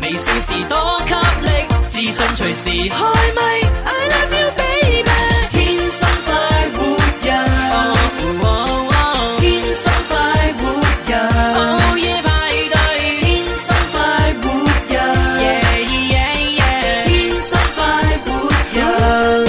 時多給力，自信隨時開咪。I love you baby，天生快活人，哦天生快活人，午夜派對，天生快活人，yeah yeah yeah，天生快活人。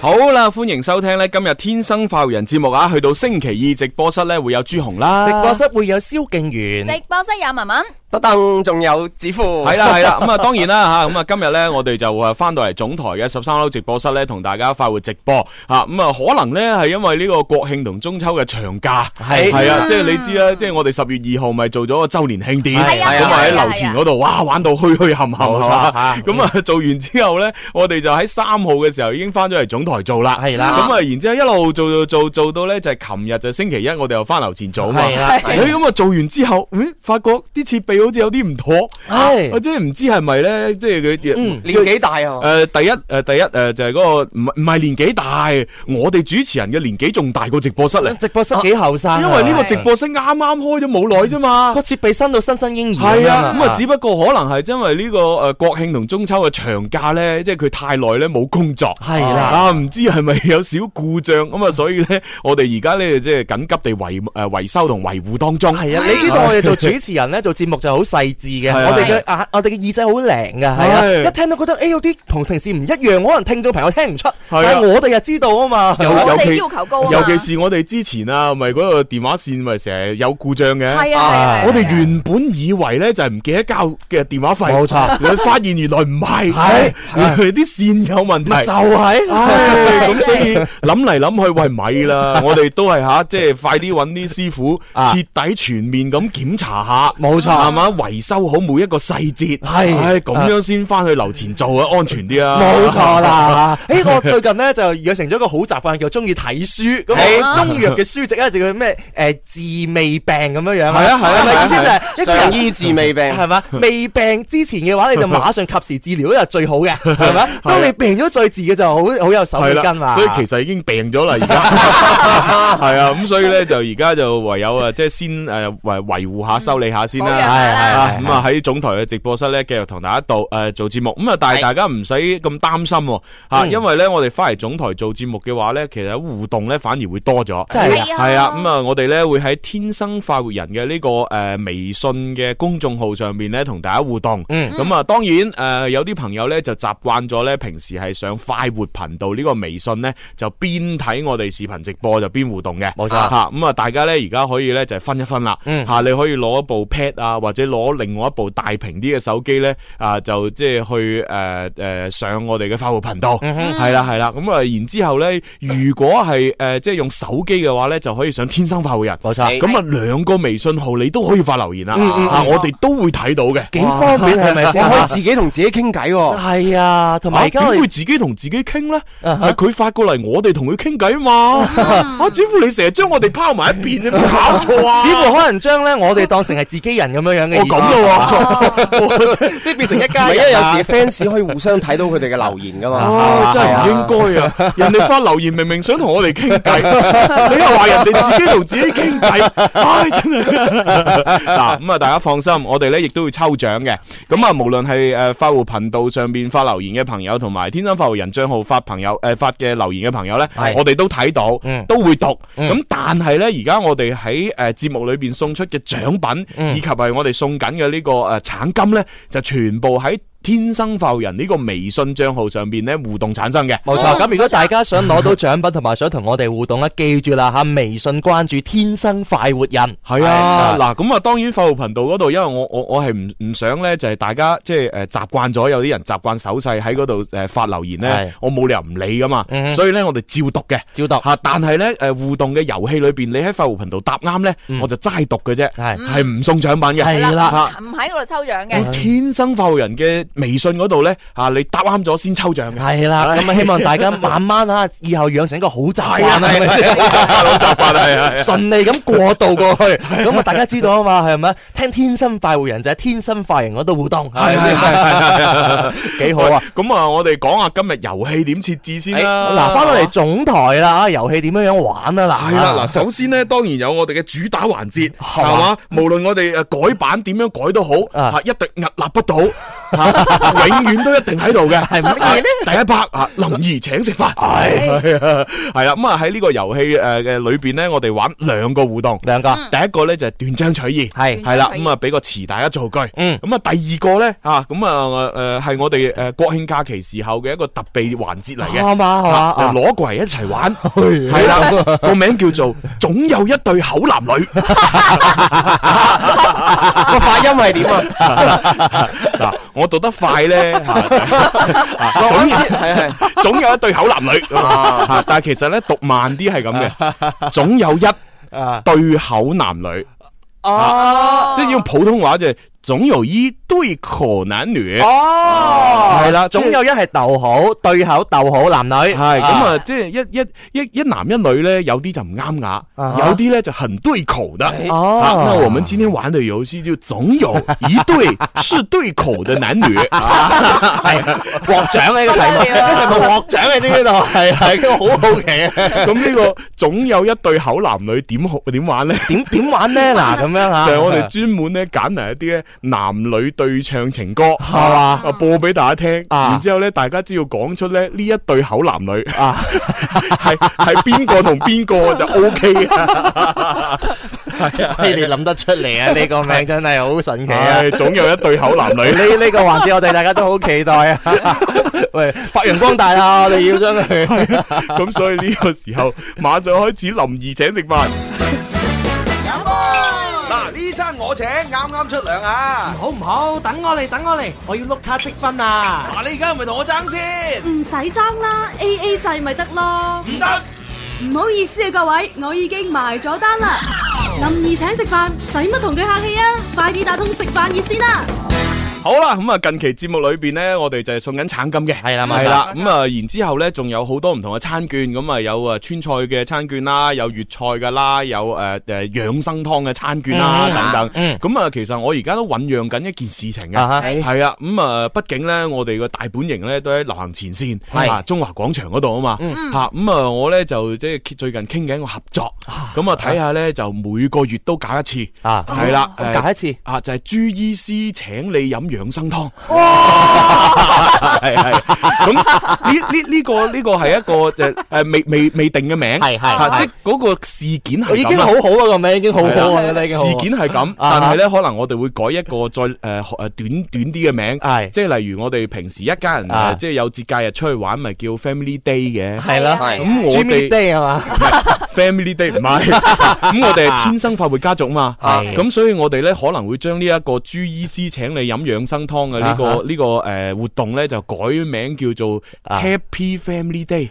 好啦，歡迎收聽咧今日天生快活人節目啊！去到星期二直播室咧會有朱紅啦，直播室會有蕭敬元，直播室有文文，得噔，仲有子富，系啦系 啦，咁啊當然啦吓，咁啊今日咧我哋就誒翻到嚟總台嘅十三樓直播室咧，同大家快活直播吓，咁啊可能咧係因為呢個國慶同中秋嘅長假，係係啊，即係你知啦，即係我哋十月二號咪做咗個周年慶典，係啊咁啊喺係啊樓前嗰度哇玩到虛虛冚冚冇錯啊 嚇咁啊做完之後咧，我哋就喺三號嘅時候已經翻咗嚟總台做啦，係啦咁啊然之後一路做做做做到咧就係琴日就星期一我哋又翻樓前做啊嘛，係啦係誒咁啊做完之後，誒發覺啲設備好似有啲唔妥。啊係我真係唔知係咪咧，即係佢。嗯年紀大啊，誒第一誒第一誒就係嗰個唔係唔係年紀大，我哋主持人嘅年紀仲大過直播室嚟，直播室幾後生啊，因為呢個直播室啱啱開咗冇耐啫嘛個。設備新到新生嬰兒係樣啊，咁啊，只不過可能係因為呢個誒國慶同中秋嘅長假咧，即係佢太耐咧冇工作，係啦啊，唔知係咪有少故障咁啊，所以咧， 我哋而家咧即係緊急地維誒維修同維護當中。係啊，你知道我哋做主持人 咧，做節目就好細緻 嘅，係啊我哋嘅眼，我哋嘅耳仔好靈㗎，係係啊，一聽到覺得誒有啲同平時唔一樣，可能聽眾朋友聽唔出，但啊係我哋就知道啊嘛， 有我尤哋其要求高啊嘛尤其是我哋之前啊，咪嗰個電話線咪成日有故障嘅。係啊係啊係啊我哋原本以為咧就係唔記得交嘅電話費，冇錯你發現原來唔 係，係原來啲線有問題咪。就係唉咁係所以諗嚟諗去，喂咪 啦，我哋都係吓，即係快啲揾啲師傅啊徹底全面咁檢查下，冇錯係嘛，維修好每一個細節，係唉咁樣先翻去樓前做啊，安全啲啊，冇 錯啦！誒，我最近咧就養成咗一個好習慣，叫中意睇書。咁係我中藥嘅書籍咧就叫咩誒治未病咁樣樣啊。係啊係啊係咪意係啊思就係上醫治未病 係嘛？未病之前嘅話，你就馬上及時治療，呢就最好 嘅，係咪？當你病咗最治嘅就好好有手啊係尾啊啦跟，啦。所以其實已經病咗啦，而 家係啊，咁所以咧就而家就唯有啊，即係先诶維維護下、修理下先保啦養。下係係啦啊，咁啊喺總台嘅直播室咧，繼續同大家度誒做節目。咁啊，但係大家唔使咁擔心喎嚇，嗯因為咧我哋翻嚟總台做節目嘅話咧，其實互動咧反而會多咗。真係啊係啊，咁啊，我哋咧會喺天生快活人嘅呢個誒微信嘅公眾號上面咧同大家互動。嗯咁啊，當然誒有啲朋友咧就習慣咗咧，平時係上快活頻道呢個微信咧，就邊睇我哋視頻直播就邊互動嘅。冇錯嚇咁啊，大家咧而家可以咧就係分一分啦。嗯嚇，你可以攞一部 pad 啊，或者攞另外一部大屏啲嘅手機咧，啊就即係去誒誒上我哋嘅快活頻道。嗯 係啦係啦，咁啊，然之後咧，如果係誒即係用手機嘅話咧，就可以上天生快活人。冇錯，咁啊，兩個微信號你都可以發留言啦，嗯嗯啊，嗯我哋都會睇到嘅。幾方便係咪先？我可以自己同自己傾偈喎。係啊，同埋啊而家點我會哋自己同自己傾咧？啊係佢發過嚟，我哋同佢傾偈啊嘛。Uh-huh 啊，子乎你成日將我哋拋埋一邊，你有冇搞錯 啊？似乎可能將咧我哋當成係自己人咁樣樣嘅我意思。哦咁咯喎。即係變成一唔家係，因人為有啊時 fans 可以互相睇到佢哋嘅留言噶嘛。啊，真係唔應該啊！人哋發留言明明想同我哋傾偈， 你又話人哋自己同自己傾偈，哎唉，真係 嗱咁啊！大家放心，我哋咧亦都會抽獎嘅。咁啊，無論係誒快活頻道上邊發留言嘅朋友，同埋天生快活人帳號發朋友誒發嘅留言嘅朋友咧係，我哋都睇到嗯，都會讀。嗯咁但係咧，而家我哋喺誒節目裏邊送出嘅獎品，嗯以及係我哋送緊嘅呢個誒橙金咧，就全部喺。天生快活人呢個微信帳號上邊咧互動產生嘅。冇錯，咁如果大家想攞到獎品同埋想同我哋互動咧，記住啦吓，微信關注天生快活人。係啊，嗱咁啊，當然快活頻道嗰度，因為我我我係唔唔想咧，就係大家即係誒習慣咗，有啲人習慣手勢喺嗰度誒發留言咧係，我冇理由唔理噶嘛，嗯所以咧我哋照讀嘅照讀嚇，但係咧誒互動嘅遊戲裏邊，你喺快活頻道答啱咧，嗯我就齋讀嘅啫，係係唔送獎品嘅。啊係係啦啦，唔喺嗰度抽獎嘅，我天生快活人嘅微信嗰度咧啊，你答啱咗先抽獎嘅。系啦，咁啊，希望大家慢慢啊，以後養成一個好習 慣啊啦，係咪先好習慣，好習慣係啊係啊！順利咁過渡過去，咁啊，大家知道啊嘛，係咪？聽天生快活人就係天生快人嗰度互動，係咪 先？幾好啊！哎喂咁啊，我哋講下今日遊戲點設置先啦。嗱，翻到嚟總台啦，啊遊戲點樣樣玩啊？嗱，系啦，嗱，首先咧，當然有我哋嘅主打環節，係嘛？無論我哋诶呃改版點樣改都好，啊吓一定屹立不倒， 嚇永遠都一定喺度嘅。係乜嘢咧第一 part 啊，林兒請食 飯，係啊，係啦。咁啊喺呢個遊戲诶嘅裏边咧，我哋玩兩個互動，兩個第一個咧就係斷章取義，係係斷啦，章取義咁啊俾個詞大家造句。嗯咁啊第二個咧啊，咁啊诶係我哋诶國慶假期時候嘅一個特備環節嚟嘅。啱啊，係嘛啊啊哎就攞過嚟一齊玩，係啦，個名叫做總有一對口男女。個發音係點啊？ 嗱，我讀得快 咧，啊總係係 總有一對口男女。啊但係其實咧讀慢啲係咁 嘅，總有一啊對口男女， 哦即係用普通話就係總有一對口男女。啊哦，係啦總有一係逗好，對口逗好，男女系咁啊，即係一一一一男一女咧，有啲就唔啱雅，啊有啲咧就很對口的。哦啊，那我们今天玩的游戏就总有一对是对口的男 女，哎系獲獎呢個題目，不得了啊係咪獲獎你知唔 知道？係係，我好好奇啊！咁呢个总有一对口男女点好点玩呢？點點玩咧？嗱，咁啊樣就吓，系我哋專門咧揀嚟一啲咧男女對唱情歌，系嘛啊播俾大家聽，啊然之后咧大家只要講出咧呢一對口男女啊係係邊個同邊個就 O K 嘅，啊 你哋諗得出嚟啊！呢個名真係好神奇啊！係總有一對口男女。呢呢個環節我哋大家都好期待 啊！ 喂，發揚光大啊！我哋要將佢啊咁所以呢個時候馬上開始林兒請食飯。嗱，呢餐我請，啱啱出糧啊！好唔好？等我嚟，等我嚟，我要碌卡積分啊！嗱，你而家係咪同我爭先？唔使爭啦，A 啊 A 制咪得咯。唔得，唔好意思啊，各位，我已經埋咗單啦。林兒請食飯，使乜同佢客氣啊？快啲打通食飯熱線啦！好啦，咁啊，近期節目裏邊呢，我哋就係送緊橙金嘅，係啦，冇錯係啦，冇錯咁啊，然之後呢，仲有好多唔同嘅餐券，咁啊，有啊川菜嘅餐券啦，有粵菜嘅啦，有誒誒養生湯嘅餐券啦，等嗯等，咁啊，其實我而家都醖釀緊一件事情啊嘅。哈！係啊，咁啊，畢竟呢，我哋個大本營呢都喺流行前線，係啊中華廣場嗰度啊嘛，嗯嚇咁啊，我呢就即係最近傾緊個合作，咁啊睇下呢，就每個月都搞一次，啊係啦，誒咁解一次。啊，就係朱醫師請你飲養生湯。 係係咁呢呢呢個呢個係一個就誒未未未定嘅名，係係啊係即係嗰個事件係我已咁經啦好好啊個名，已經好好啊，係啦已經好事好件係咁，啊但係咧可能我哋會改一個再誒誒短短啲嘅名，係即係例如我哋平時一家人啊誒即係有節假日出去玩，咪叫 Family Day 嘅。係啦，係咁我 Jimmy 哋 Day 啊係嘛？ Family Day 唔 係，咁我哋係天生快活家族嘛，係咁所以我哋咧可能會將呢一個朱醫師請你飲養生湯嘅呢啊個呢個誒活動咧就改名叫做啊 Happy Family Day，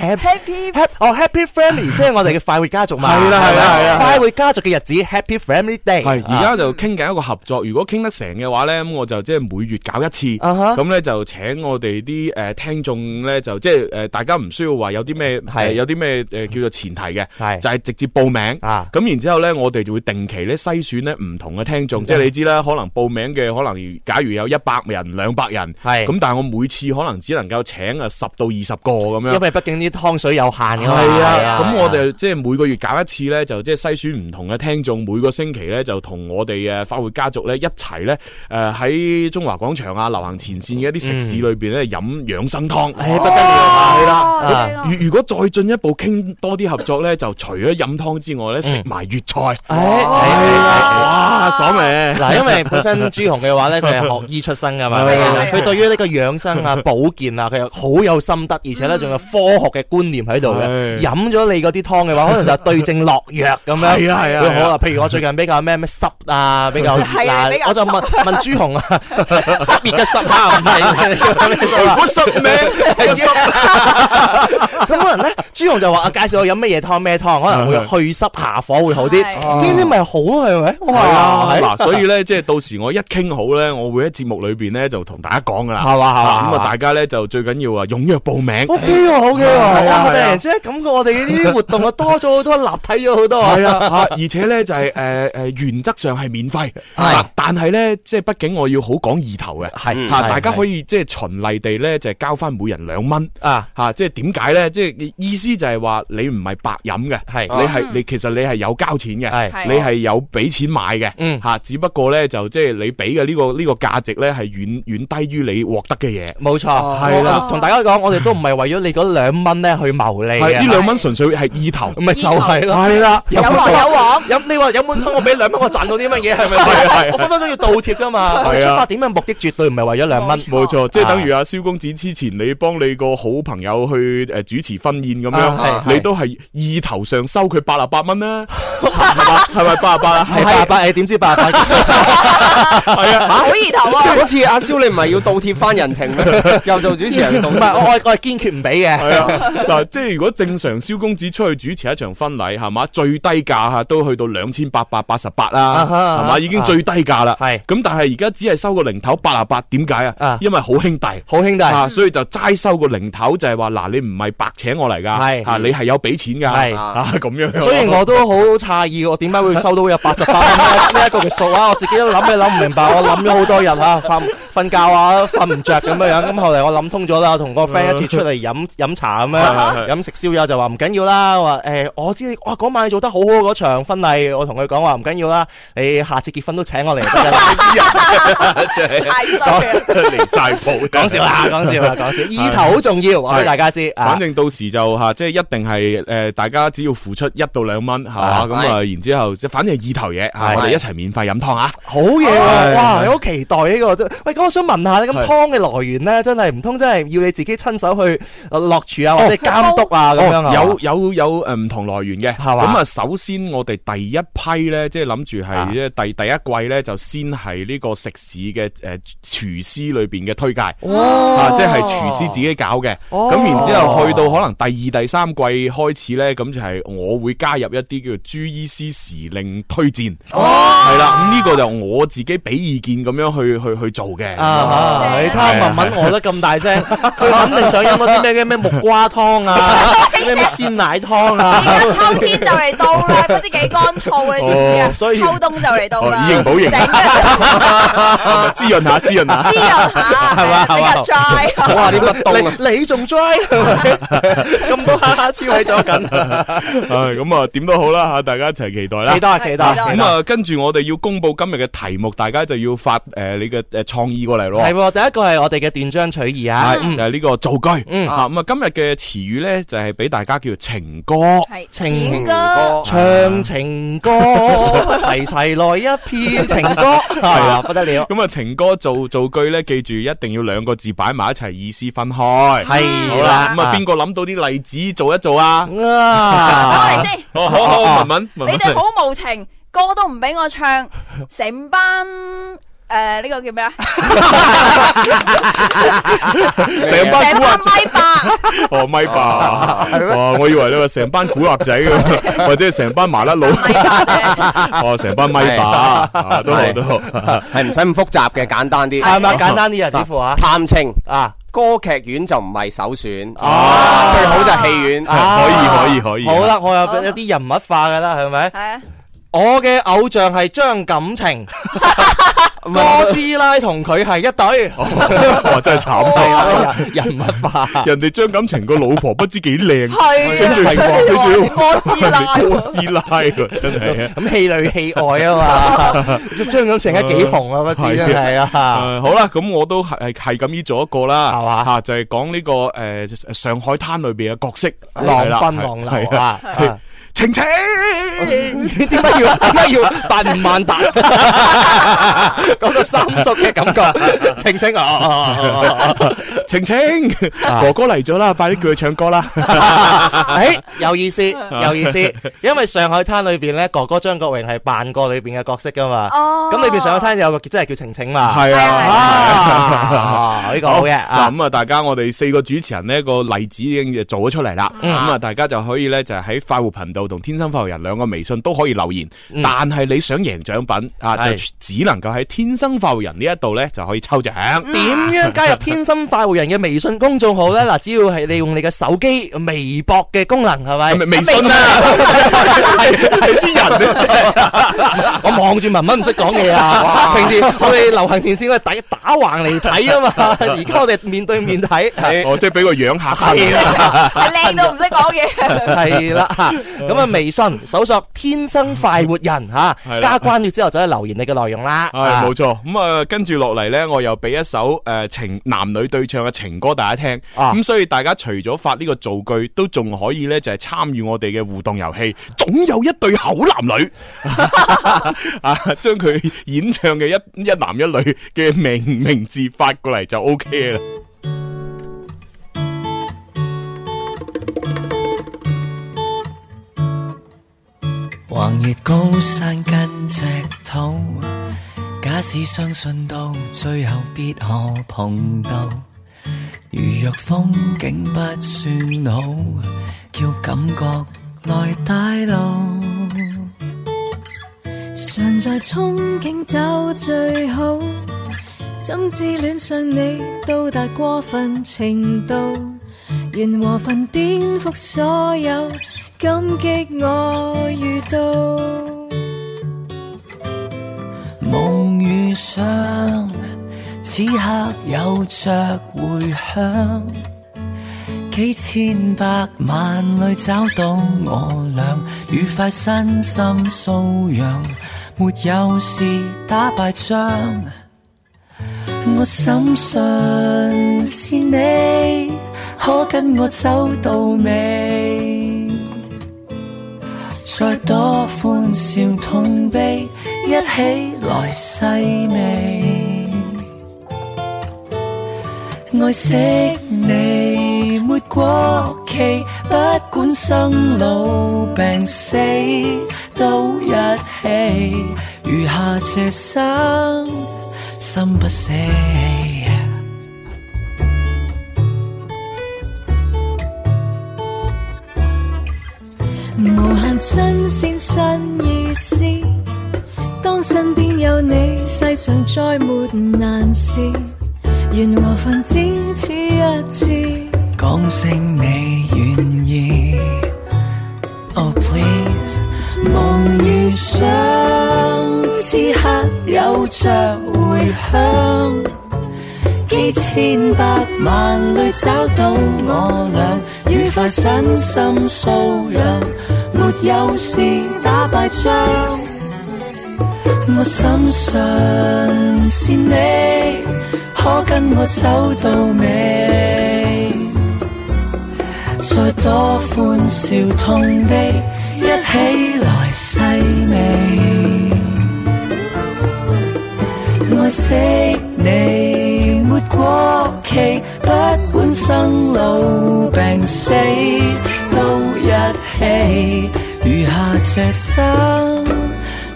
Happy Happy 哦 Happy Family，即係我哋嘅快活家族嘛。係啦係啦係啦快活家族嘅日子 Happy Family Day。係而家就傾緊一個合作，如果傾得成嘅話咧，咁我就即係每月搞一次，啊哈咁咧就請我哋啲呃誒聽眾咧就即係誒大家唔需要話有啲咩誒係有啲咩誒叫做前提嘅，係就係直接報名。啊咁然之後咧，我哋就會定期咧篩選咧唔同嘅聽嗯眾，即係你知啦，可能報名嘅可能假如有一百人、兩百人，係咁，但係我每次可能只能夠請啊十到二十個咁樣。因為畢竟啲湯水 有限㗎嘛。係係啊，咁我哋即係每個月搞一次咧，就即係篩選唔同嘅聽眾，每個星期咧就同我哋嘅法會家族咧一齊咧，誒喺中華廣場啊、流行前線嘅一啲食肆裏邊咧飲養生湯。唉不得了啊係啦。啦如如果再進一步傾多啲合作咧，就除咗飲湯之嗯外咧，食埋粵菜。唉唉哇，爽咩？嗱，因為本身朱紅嘅話咧，佢係學醫出身噶 嘛，係啊佢對於呢個養生啊、保健啊，佢又好有心得，而且咧仲有科學嘅觀念喺度係嘅。飲咗你嗰啲湯嘅話，可能就對症落藥咁樣。係啊係啊係啊佢好啊，譬如我最近比較咩咩濕啊，比較熱係啊啊比，較我就問問朱紅啊， 濕熱嘅濕啊，唔係咩濕啊我濕咩？我濕啊 咁可能咧，朱紅就話啊，介紹我飲乜嘢湯咩湯，可能會去濕下火會好啲。係呢啲咪好係咪？系啊，係嗱，所以咧，即系到時我一傾好咧，我會喺節目裏边咧就同大家講噶啦，係嘛係嘛咁啊，大家咧就最緊要啊，踴躍報名。 O K 喎，好嘅喎，係啊哇！突然之間感覺我哋呢啲活動啊多咗好多，立體咗好多啊系！啊，吓而且咧就係诶诶，原則上係免費，係 但係咧即係畢竟我要好講意頭嘅，嗯係吓係大家係可以即係循例地咧就係交翻每人兩蚊。啊，吓，即係點解咧？即係意思就係話你唔係白飲嘅，係啊你係你其實你係有交錢嘅，係你係有俾錢買嘅，嗯吓，只不過咧就即係你俾嘅呢個呢個價值咧係遠遠低於你獲得嘅嘢。冇錯，係啦。同大家講，我哋都唔係為咗你嗰兩蚊咧去牟利係嘅呢，兩蚊純粹係意頭，咪就係咯，係啦，有啊來有往。飲你話飲碗湯，我俾兩蚊，我賺到啲乜嘢係咪係啊係啊先？我分分鐘要倒貼噶嘛。我 哋係出啊發點嘅目的絕對唔係為咗兩蚊。啊冇錯，即係等於阿蕭公子之前你幫你個好朋友去诶主持婚宴咁啊樣，係你都係意頭上收佢八啊八蚊 啦，係嘛？係咪八啊八啊？係八十八，你點知八十八？ 係啊。好意頭啊！嗰次阿蕭你唔係要倒貼翻人情咩？ 又做主持人倒唔係，我我我係堅決唔俾嘅。系啊，嗱，即系如果正常萧公子出去主持一場婚禮，係嘛，最低價吓都去到两千八百八十八啦，啊哈係嘛，已經最低價啦。係咁，但係而家只係收個零頭八啊八，點解啊啊？因為好兄弟。好兄弟，啊，所以就齋收個零頭，就係話嗱，你唔係白請我嚟㗎，係啊，你係有俾錢㗎，係啊咁 樣。所以我都好詫異，我點解會收到有八十八蚊呢一個嘅數啊？我自己都諗都諗唔明白，我諗咗好多日啊，瞓瞓覺啊，瞓唔着咁樣樣。咁後嚟我諗通咗啦，同個 friend 一次出嚟飲飲茶咁係係樣，飲食宵夜就話唔緊要啦。我話誒，我知你哇嗰晚你做得好好嗰場婚禮，我同佢講話唔緊要啦，你下次結婚都請我嚟得㗎啦。太衰啦！啊 離晒譜，講 笑啦，講笑啦，講笑。意頭好重要，我俾大家知啊反。正到時就吓，即係一定係诶，大家只要付出一到兩蚊，係嘛，啊咁啊，然之后即係反正係意頭嘢，嚇係我哋一齊免費飲湯啊！好嘢係喎！哇，好期待呢個都。喂，咁我想問下係咧，咁湯嘅來源咧，真係唔通真係要你自己親手去呃落廚啊，或者監督啊咁樣哦啊？有有有呃誒唔同來源嘅，係咁嘛啊首先我哋第一批咧，即係諗住啊係即係第第一季咧，就先係呢個食肆嘅誒廚師裏邊嘅推介。啊，即係廚師自己搞嘅，哦咁然之後去到可能第二、第三季開始呢，咁就係我會加入一啲叫做朱醫師時令推薦，哦係啦，咁呢個就我自己俾意見咁樣去去去做嘅。啊！你睇下文文餓得 咁大聲，佢肯定想飲嗰啲咩嘅咩木瓜湯啊，咩咩鮮奶湯 而啊。家秋天就嚟到 啦，不知幾乾燥你知唔知啊？哦所以秋冬就嚟到啦，哦以形補形成日 係咪滋潤下，滋潤下。就知道下，係嘛比係較嘛 dry 啊。哇！點不 凍啊？你仲 dry 咁多蝦蝦超起 咗緊，唉，咁啊，點都好啦吓，大家一齊期待啦期。待期待。期待咁啊，跟住我哋要公布今日嘅題目，大家就要發诶你嘅诶创意過嚟咯。係喎，第一個係我哋嘅斷章取義啊。係就係呢個造句。嗯啊咁啊，今日嘅詞語咧就係俾大家叫情歌。係情歌，唱情歌，哦齊齊來一片情歌，啦啊，不得了，咁啊，情歌造造句咧，記住一定要兩個字擺埋一齊，意思分開。係好啦，咁啊，邊個諗到啲例子做一做啊？哦邊啊嚟？先，好好好，文文，文你文哋好無情，歌都唔俾我唱，成班誒呢個叫咩啊？ 成成班古班惑咪霸，哦咪吧，哇！我以為你話成班古惑仔嘅，或者係成班麻甩佬，咪霸啫哦，成班咪吧， 啊都好係都好。 係唔使咁複雜嘅，簡單啲。係咪簡單啲啊？似乎啊，探情啊，歌劇院就唔係首選，最好就係戲院。啊可以可以可以好啦，我有有啲人物化噶啦，係咪？係啊，我嘅偶像係張 感情，哥斯拉同佢係一對，哇！真係慘 係啊！啦，人人物化。人哋張感情個老婆不知幾靚，係跟啊住啊佢仲要哥斯拉 人哋哥斯拉喎，真係啊！咁戲裏戲外 啊嘛，張感情而家幾紅啊，不知真係啊，誒好啦，咁我都係係咁依做一個啦，係嘛嚇就係講呢個誒上海灘裏邊嘅角色，浪係啦奔浪流啊。係啊晴晴，點解要點解要扮吳萬達？嗰個三叔嘅感覺，晴晴啊啊啊！啊啊 晴晴，哥哥嚟咗啦，快啲叫佢唱歌啦。诶，啊有意思，有意思，因為上海灘裏边咧，哥哥張國榮係扮過裏边嘅角色噶嘛。哦咁裏边上海灘有個真係叫晴晴嘛。係係啊啊，呢個好嘅嗱 啊。咁啊，大家我哋四個主持人呢個例子已經就做咗出嚟啦。嗯咁啊，大家就可以呢，就係喺快活頻道同天生快活人兩個微信都可以留言，嗯但係你想贏獎品啊，就係只能夠喺天生快活人呢一度呢就可以抽獎。點樣加入天生快活人嘅微信公眾號咧？嗱，只要係你用你嘅手機微博嘅功能，係咪係咪？微信啊，係係啲人呢我望住文文唔識講嘢啊！平時我哋流行前線我哋打打橫嚟睇啊嘛，而家我哋面對面睇。哦，即係俾個樣嚇係親。靚到唔識講嘢。系啦，嚇咁啊微信搜索天生快活人吓係，啦加關注之後就可以留言你嘅內容啦。系冇錯，咁啊跟住落嚟呢，我又俾一首诶、呃情男女對唱嘅情歌大家聽。啊咁、所以大家除咗發呢個造句，都仲可以呢，就係參與我哋嘅互動遊戲。總有一對口男 女啊，將佢演唱嘅一一男一女嘅名名字發過嚟就 O K 啦。橫越高山跟赤土，假使相信到最後必可碰到。如若風景不算好，叫感覺來帶路。常在憧憬走最好，怎知戀上你到達過分程度？緣和份顛覆所有，感激我遇到。梦遇上，此刻有着回响，几千百万里找到我俩，愉快身心素养，没有事打败仗。我深信是你，可跟我走到尾。再多歡笑痛悲，一起來細味。愛惜你，沒過期，不管生老病死都一起。餘下這生，心不死。無限新鮮新意思。當身邊有你，世上再沒難事。緣和份只此一次。講聲你願意。Oh please，夢遇想此刻有着回響，幾千百萬里找到我俩，愉快身心素養，沒有事打敗仗。我深信是你，可跟我走到尾。再多歡笑痛悲，一起來細味。愛惜你沒過期，不管生老病死都一起。餘下這生，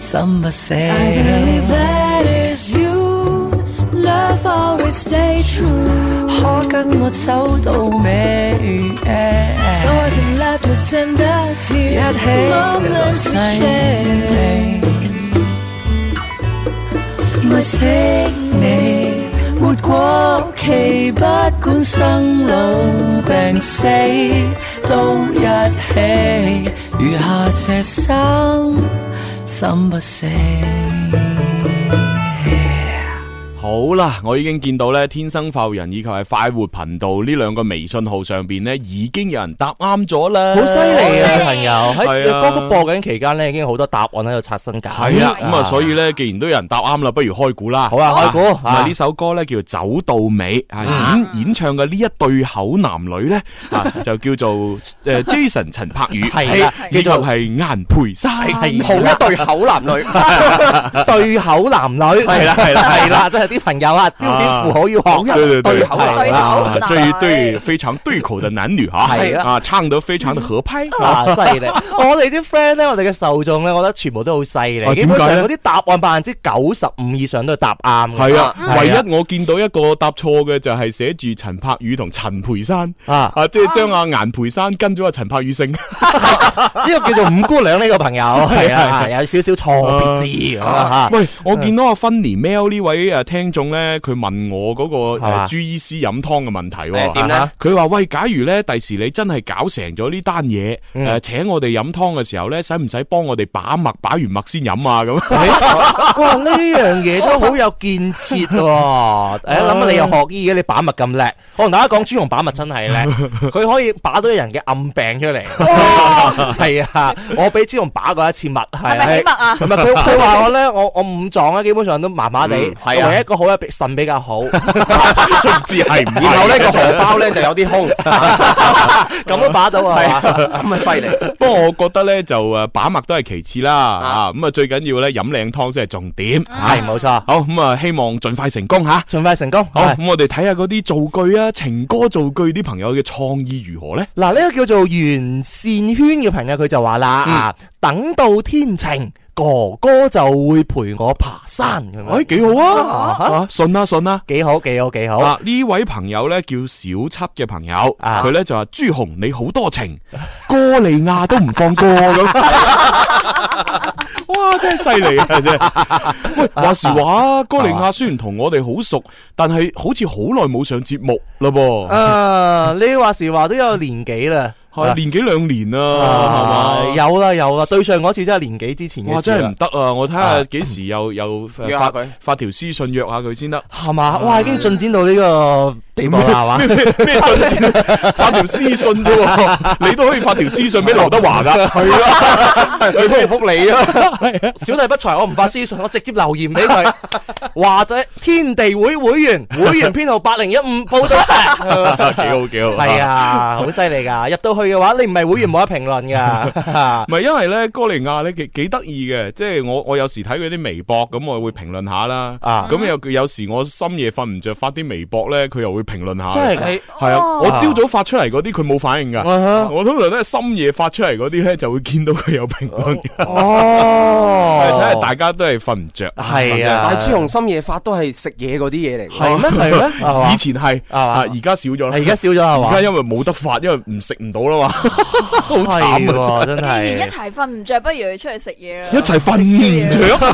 心不死。 I believe that is you. Love always stay true. 可跟我走到尾。 For the laughter and the 一起 tears, moments 來細 we share. 味，愛惜你，沒過期，不管生老病死都一起，餘下這生，心不死。好好啦，我已經見到咧，天生快活人以及係快活頻道呢兩個微信號上邊咧，已經有人答啱咗啦，好犀利啊！朋係友啊喺歌曲播緊期間咧，已經好多答案喺度刷新緊。係啊，咁啊，所以咧，既然都有人答啱啦，不如開估啦。嗯好啊開估咁啊啊呢首歌咧叫《走到尾》，啊演演唱嘅呢一對口男女咧，啊就叫做誒 Jason 陳柏宇，哎係啦以及係顏培山，係好一對口男女，對口男女係啦係啦係啦，真係啲朋友啊，標點符號 要學對對人對對口男對女口啊啊男对女对，非常对口的男女哈，係啦啊，唱得非常的合拍。啊啊，犀利！我哋啲 friend 咧，我哋嘅受眾咧，我覺得全部都好犀啊利。點基解咧本上嗰啲答案百分之九十五以上都係答啱嘅。系啊，嗯唯係啊一我見到一個答錯嘅就係寫住陳柏宇同陳培山啊啊，即係將阿顏培山跟咗阿陳柏宇姓。 呢個叫做五姑娘呢 個朋友，係啊，有少少錯別字咁啊喂，我見到阿芬尼 Mail 呢位誒聽眾咧，佢問我嗰個係嘛誒朱醫師飲湯嘅問題誒點喎。啊咧？佢話：喂，假如咧，第時你真係搞成咗呢單嘢，嗯誒請我哋飲湯嘅時候咧，使唔使幫我哋把脈，把完脈先飲啊？ 咁嚇！哇，呢樣嘢都好有建設 喎！誒，哎諗下你又學醫嘅，你把脈咁叻，我同大家講朱紅把脈真 係叻，佢可以把到人嘅暗病出嚟。哦係啊，我俾朱紅把過一次脈，係係咪起墨啊？唔 係 佢佢話我咧，我我五臟啊咧基本上都麻麻嗯地，唯係啊一一個好嘅腎比較好，都唔知係唔係然後呢個荷包 咧就有啲空， 咁都把到啊！咁啊犀利。不過我覺得咧就誒把脈都係其次啦，啊咁啊最緊要咧飲靚湯先係重點。係冇錯，好咁啊，希望盡快成功吓。啊盡快成功。好係咁，我哋睇下嗰啲造句啊、情歌造句啲朋友嘅創意如何咧？嗱，呢個叫做圓善圈嘅朋友佢就話啦嗯啊，等到天晴，哥哥就會陪我爬山咁哎，樣，幾好啊！啊，信啦信啦！幾好幾好幾好。啊！呢位朋友咧叫小七嘅朋友，啊佢咧就話朱紅你好多情，哥利亞都唔放過咁。哇！真係犀利啊！真係。 喂，話時話，哥利亞雖然同我哋好熟，但係好似好耐冇上節目嘞噃， 啊，你話時話都有年幾啦，係啊年幾兩年啦，啊係嘛？有啦有啦，對上嗰次真係年幾之前嘅哇！事啦真係唔得啊！我睇下幾時又又約下發佢發條私信約下佢先得。係嘛？哇，已經進展到呢個地步啦，係嘛？啊咩進 展？發條私信啫喎，你都可以發條私信俾劉德華㗎。係啊，佢祝福你啊！ 小弟不才，我唔發私信，我直接留言俾佢，話咗天地會會員，會員編號八零 一五報到石，幾好幾好。啊係。啊，好犀利噶！入到去嘅話，你唔係會員冇得評論噶。唔係，因為咧哥利亞咧幾幾得意嘅，即係我我有時睇佢啲微博，咁我會評論下啦。啊咁有有時我深夜瞓唔着，發啲微博咧，佢又會評論下。真係㗎係啊！哦我朝早發出嚟嗰啲佢冇反應㗎，啊哈我通常都係深夜發出嚟嗰啲咧就會見到佢有評論， 係睇下哦，大家都係 瞓唔着。哎係啊但係 朱紅深夜發都係食嘢嗰啲嘢嚟㗎，係咩？係咩？係嘛哦以前係啊啊，而家少咗啦係。而家少咗係嘛？而家因為冇得發，因為唔食唔到啦嘛， 好係慘啊！喎真既然一係。 齊瞓唔着，不如去出去食嘢啦。真係一齊瞓唔着，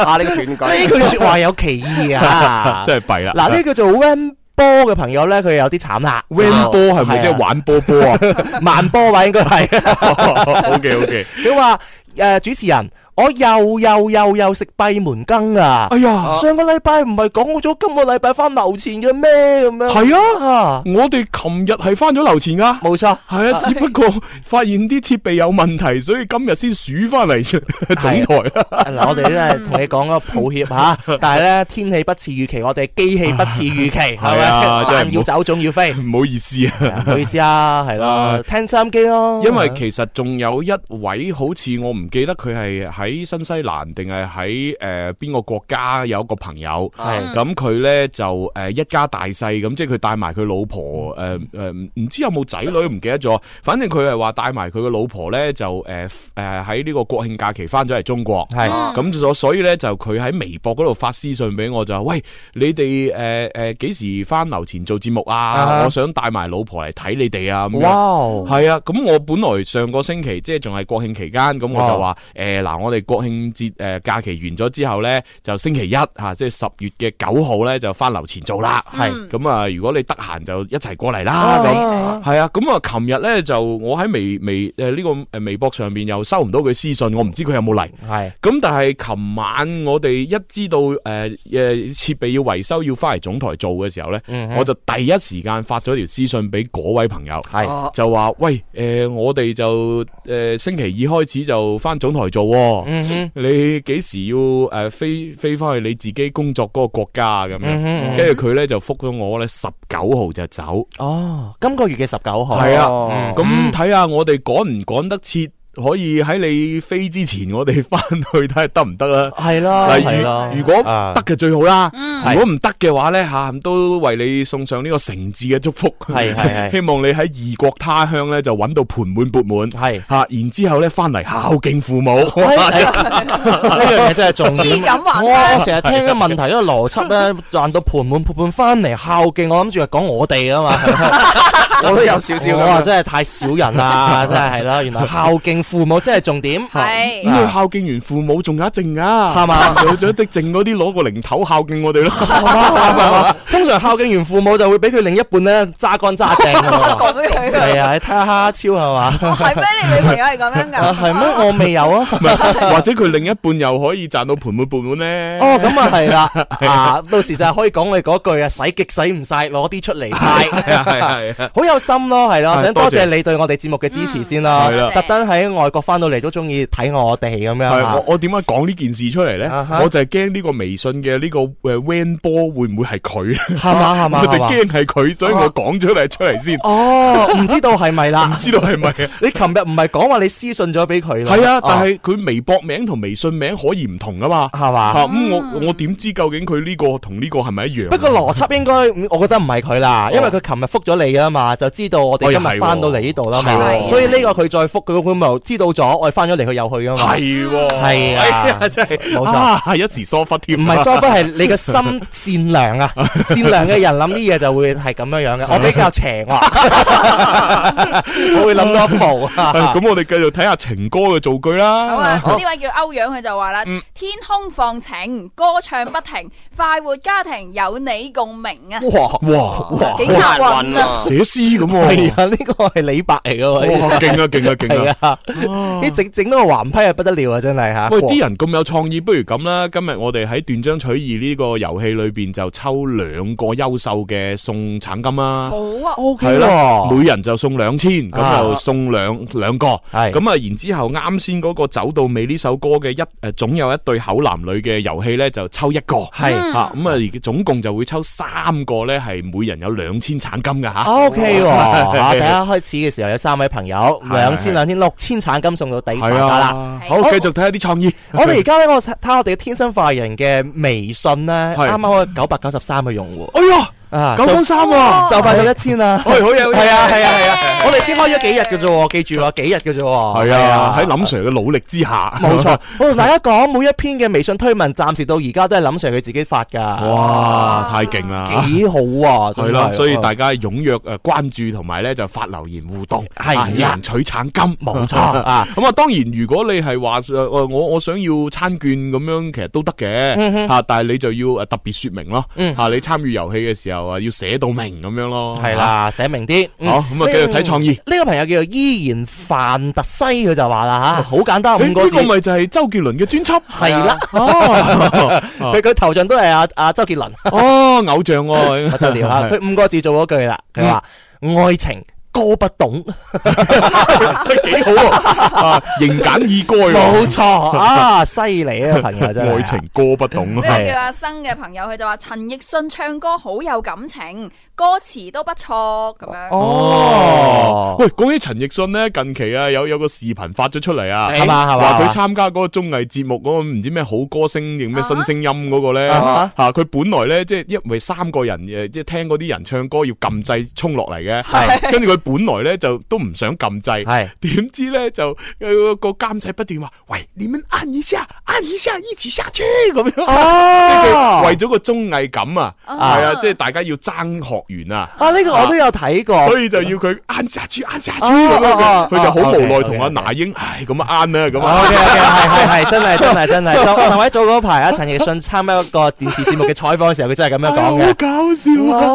啊呢個斷句 呢。句說話有歧義啊！ 真係弊啦。嗱，呢個叫做 wan 波嘅朋友咧，佢有啲慘啦。哦玩波係咪即係玩波波啊 慢波位應該係。 ？O K O K，佢話誒主持人，我又又又又食閉門羹啊！哎呀，上個禮拜唔係講好咗今個禮拜翻樓前嘅咩咁樣？係啊，我哋琴日係翻咗樓前噶。冇錯。係啊，只不過發現啲設備有問題，所以今日先數翻嚟 總 台。嗱，我哋真係同你講個抱歉 吓，但係咧天氣不似預期，我哋機器不似 預期，係咪？啊真係唔好但要走總要飛，唔唔好意思啊，好意思啊，係啊咯，聽收音機咯。因為其實仲有一位好似我唔記得佢係喺新西蘭定係喺呃誒邊個國家有一個朋友。係咁佢咧就誒、呃一家大細咁，即係佢帶埋佢老婆誒誒，唔、唔知有冇仔女唔記得咗，反正佢係話帶埋佢嘅老婆咧就誒誒喺呢個國慶假期翻咗嚟中國，係咁所所以咧就佢喺微博嗰度發私信俾我就話：喂，你哋呃誒誒幾時翻樓前做節目啊啊？我想帶埋老婆嚟睇你哋啊！咁樣哇，哦係啊，咁我本來上個星期即係仲係國慶期間，咁我就話誒嗱，我我哋國慶節诶假期完咗之後呢，就星期一吓，即係十月嘅九號呢，就翻樓前做啦。系咁啊，如果你得閒就一齊過嚟啦。咁係啊，咁啊，琴日呢，就我喺微微诶呢個诶微博上面又收唔到佢私信，我唔知佢有冇嚟。係咁但係琴晚我哋一知道诶诶設備要維修要翻嚟總台做嘅時候呢，我就第一時間發咗條私信俾嗰位朋友。係哦就話喂，诶、我哋就诶、呃星期二開始就翻總台做、喎。嗯哼，你幾時要诶、呃、飞飞翻去你自己工作嗰個國家啊咁嗯樣？跟住佢咧就覆咗我咧，十九號就走，哦，今個月嘅十九號，係啊，哦咁睇下我哋趕唔趕得切，可以喺你飛之前我哋翻去睇下得唔得啦。係啦，嗱係啦如，如果啊得嘅最好啦，嗯如果唔得嘅話咧吓，都為你送上呢個誠摯嘅祝福。係係係 希望你喺異國他鄉咧就揾到盆滿缽滿。係。吓，然之后咧翻嚟孝敬父 母，哎哎呢樣嘢真係重點。衣錦還鄉我我成 日聽嘅問題，呢個邏輯咧，賺到盤滿缽滿翻嚟孝敬，我諗住係講我哋啊嘛。 我都有少少 我話咁。真係太少 人啦，真係係啦。原來孝敬父母真係重點，係咁佢孝敬完父母仲有一剩啊，係嘛有咗的剩嗰啲攞個零頭孝敬我哋咯， 係嘛係嘛通常孝敬完父母就會俾佢另一半咧揸乾揸淨㗎喎。咁樣係嘅，啊，你睇下蝦超係嘛？哦係咩？你女朋友係咁樣啊，㗎？哦係咩？我未有啊。唔係或者佢另一半又可以賺到盆滿缽滿咧。哦，咁啊係啦， 啊，到時就係可以講你嗰句啊，使極使唔晒，攞啲出嚟派。 係啊，係啊係啊，好有心咯，係係咯，想多多謝謝你對我哋節目嘅支持先啦嗯係啦，特登喺外國翻到嚟都中意睇我哋咁樣係啊我我點解講呢件事出嚟咧啊哈？我就係驚呢個微信嘅呢個诶 van 波會唔會係佢？係嘛係嘛 我就係嘛，驚係佢，所以我講咗嚟出嚟先，唔哦，唔知道係 咪啦？知道係咪啊？你琴日唔係講話你私信咗俾佢啦？哦係啊，但係佢微博名同微信名可以唔同噶嘛？係嘛吓咁啊我我点知究竟佢呢個同呢個係咪一樣？不過邏輯應該，嗯我覺得唔係佢啦，哦因為佢琴日覆咗你啊嘛，就知道我哋今日翻到嚟呢度啦哦又嘛係喎，所以呢個佢再覆佢，佢咪知道咗我哋翻咗嚟，佢又去啊嘛。系係啊哎呀真係冇錯啊，係一時疏忽添，唔係疏忽，係你嘅心善良 啊！善良嘅人諗啲嘢就會係咁樣樣嘅。我比 較邪惡，我會諗多一步哎。啊！咁我哋繼續睇下情歌嘅造句好啦。啊！呢位叫歐陽，佢就話啦：嗯天空放晴，歌唱不停，快活家庭有你共鳴啊！哇哇哇，幾押好難韻運啊！啊！寫詩咁喎，係啊，呢個係李白嚟嘅喎。哇，勁啊勁啊勁係啊！啊，呢整整到個橫批啊，不得了啊！真係嚇。喂，啲人咁有創意，不如咁啦。今日我哋喺斷章取義呢個遊戲裏边就抽兩個優秀嘅送橙金啦。好啊！ O 係 K 啦，咯，每人就送兩千，咁啊就送兩兩個。係咁啊，然之後啱先嗰個走到尾呢首歌嘅一誒總有一對口男女嘅遊戲呢，就抽一個。係啊，咁啊，而總共就會抽三個呢，係每人有兩千橙金嘅吓。O K 喎，嚇！大家開始嘅時候有三位朋友，兩千、兩千、六千橙金送到第大係家啦。啊，係好，繼續睇下啲創意。我哋而家咧，我睇睇我哋嘅天生快人嘅微信咧，係啱啱我九百九十三嘅用戶哎呀，啊，九九就三喎，就快到一千啦。喂，好嘢，好嘢係啊係啊係啊！我哋先開咗幾日嘅啫喎，記住啊，幾日嘅啫喎。係啊，喺林 Sir 嘅努力之下，冇 錯。我同大家講，每一篇嘅微信推文，暫時到而家都係林 Sir 佢自己發㗎， 哇，太勁啦！幾好啊！係啦，所以大家踴躍誒關注同埋咧就發留言互動，係啊啦有人取橙金， 冇錯啊。咁啊，當然如果你係話誒我呃我想要餐券咁樣，其實都得嘅嚇，但係你就要誒特別説明咯嗯嚇，你參與遊戲嘅時候啊，要寫到明咁樣咯。系啦，寫明啲。嗯好咁啊繼續睇創意呢個朋友叫做依然范特西，佢就話啦吓，好簡嚇，單五哦誒個呢字個。咪就係周杰倫嘅專輯。係啦，哦 佢佢頭像都係阿阿周杰倫， 哦，偶像喎， 嗯不得了啊！佢五個字做嗰句啦，佢話愛情歌不懂，幾好喎啊，形簡意賅嗯冇喎，錯啊，犀利啊，朋友真係愛情歌不懂 呢啊。個叫阿生嘅朋友，佢就話陳奕迅唱歌好有感情，歌詞都不錯咁樣。哦哦，喂，講起陳奕迅咧，近期啊有有個視頻發咗出嚟啊，係嘛係嘛話佢參加嗰個綜藝節目嗰個唔知咩好歌星定咩新聲音嗰個咧，啊吓佢本來咧即係因為三個人诶，即係聽嗰啲人唱歌要撳掣衝落嚟嘅，係跟住佢本來咧就都唔想撳掣，係點知咧就呃個監製不斷話：喂，你們按一下，按一下，一起下去咁啊樣。即係佢為咗個綜藝感啊，係啊，即係大家要爭學員啊。啊，呢個我都有睇過。所以就要佢哎按下去，按下去哦咁樣哦哦嘅，佢就好無奈 OK，OK，同阿那英，唉咁啊按啦咁 O K O 啊， K，係係係，真係真係 真係。就就喺早嗰排啊，陳奕迅參加一個電視節目嘅採訪嘅時候，佢真係咁樣哎呀 好講嘅。搞笑啊！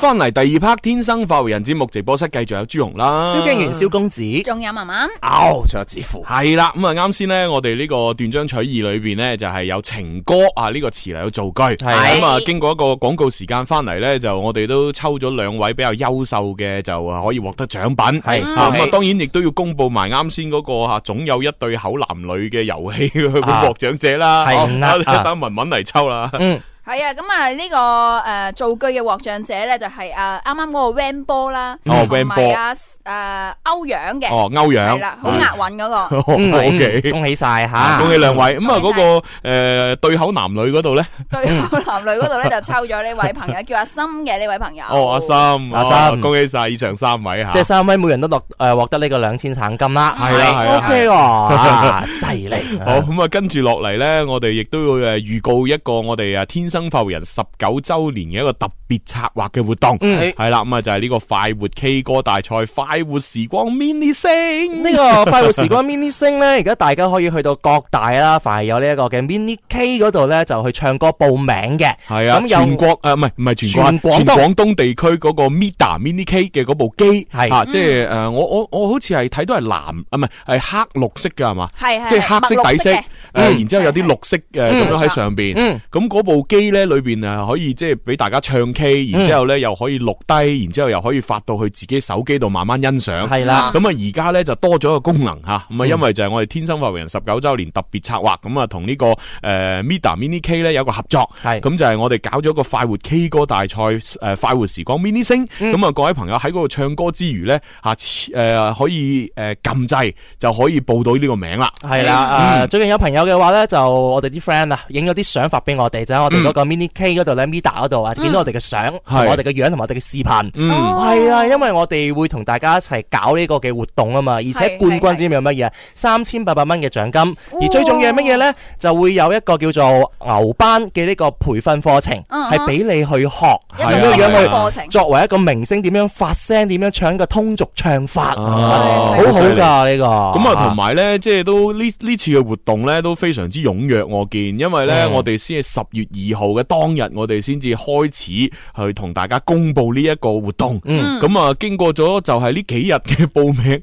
翻嚟第二 part《天生發育人》節目直播室，繼續有朱紅啦，蕭敬元、蕭公子，仲有文文，哦嗷，哦仲有指符，系啦，咁啊啱先咧，我哋呢個斷章取義裏边咧，就係有情歌啊呢個詞嚟去造句。係咁啊，經過一個廣告時間翻嚟咧，就我哋都抽咗兩位比較優秀嘅，就啊可以獲得獎品。係啊咁啊係，當然亦都要公佈埋啱先嗰個吓，總有一對口男女嘅遊戲嘅獲獎者啦。啊係好啦啊等文文嚟抽啦。 嗯，系啊，咁啊呢個诶造句嘅獲獎者咧就係诶啱啱嗰個 Van 波啦，哦同 Van 埋波啊诶欧阳嘅，哦，歐陽係啦，好押韻 嗰個。嗯 O K，恭喜晒吓，恭喜兩位。哦咁啊，嗯恭嗰喜晒個诶對口男女嗰度咧，對口男女嗰度咧就抽咗呢位朋友叫阿森嘅呢位朋友。哦，阿森，阿哦森恭喜晒以上三位吓。即係三位每人都落誒獲得呢個兩千橙金啦，係啦係啦啊 O K 喎，啊犀利，好咁啊，跟住落嚟呢，我哋亦都會誒預告一個我哋啊天生浮人十九周年嘅一個特別策劃嘅活動，嗯係啦，咁啊就係呢個快活 K 歌大賽快活時光 mini 呢星，個快活時光 mini 星呢，而家大家可以去到各大啦，凡係有呢一個嘅 mini K 嗰度呢，就去唱歌報名嘅。係啊，咁有全國誒唔係唔係全國啊，全廣東全廣東地區嗰個 Mida mini K 嘅嗰部機係啊即係誒我我我好似係睇到係藍啊唔係係黑綠色㗎係嘛？係係即係黑色底色，墨綠嘅誒，然之後有啲綠色誒呃咁樣喺上邊嗯，咁嗰部機咧裏邊啊可以即係俾大家唱 K，然之後咧又可以錄低，然之後又可以發到去自己手機度慢慢欣賞。係啦咁啊而家咧就多咗一個功能嚇，咁啊因為就係我哋天生發為人十九週年特別策劃，咁啊同呢個誒 Mida Mini K 咧有一個合作，係咁就係我哋搞咗個快活 K 歌大賽誒快活時光 Mini 星，咁啊各位朋友喺嗰度唱歌之餘咧嚇誒可以誒撳掣就可以報到呢個名啦。係嗯啦，啊誒最近有朋友嘅話呢，就我哋啲 friend 啊，影咗啲相發俾我哋，就喺我哋嗰個 mini K 嗰度呢 m i d a 嗰度啊，見到我哋嘅相、同我哋嘅樣同埋我哋嘅視頻。嗯係啊，因為我哋會同大家一齊搞呢個嘅活動啊嘛，而且係冠軍係知唔知有乜嘢？三千八百蚊嘅獎金，而最重要係乜嘢呢？就會有一個叫做牛班嘅呢個培訓課程，嗯係俾你去學一係啊點個新樣樣嘅去係啊課程。作為一個明星點樣發聲，點樣唱一個通俗唱法，好啊哦哎好㗎呢個。咁咁啊，同埋咧，即係都呢呢次嘅活動咧都非常之踴躍，我見，因為咧嗯我哋先係十月二號嘅當日，我哋先至開始去同大家公佈呢一個活動。嗯咁啊，經過咗就係呢幾日嘅報名，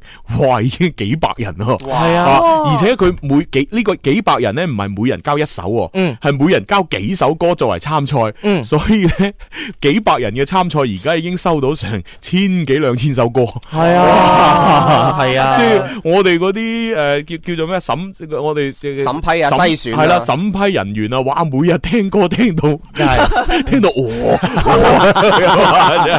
哇，已經幾百人咯。係啊。啊！而且佢每幾呢、個幾百人咧，唔係每人交一首喎，嗯係每人交幾首歌作為參賽，嗯所以咧幾百人嘅參賽而家已經收到成千幾兩千首歌。系啊，哇系啊，即係我哋嗰啲诶叫叫做咩審，我哋審審批啊篩選啊係 啦，審批人員啊，哇！每日聽歌聽到真係聽到我，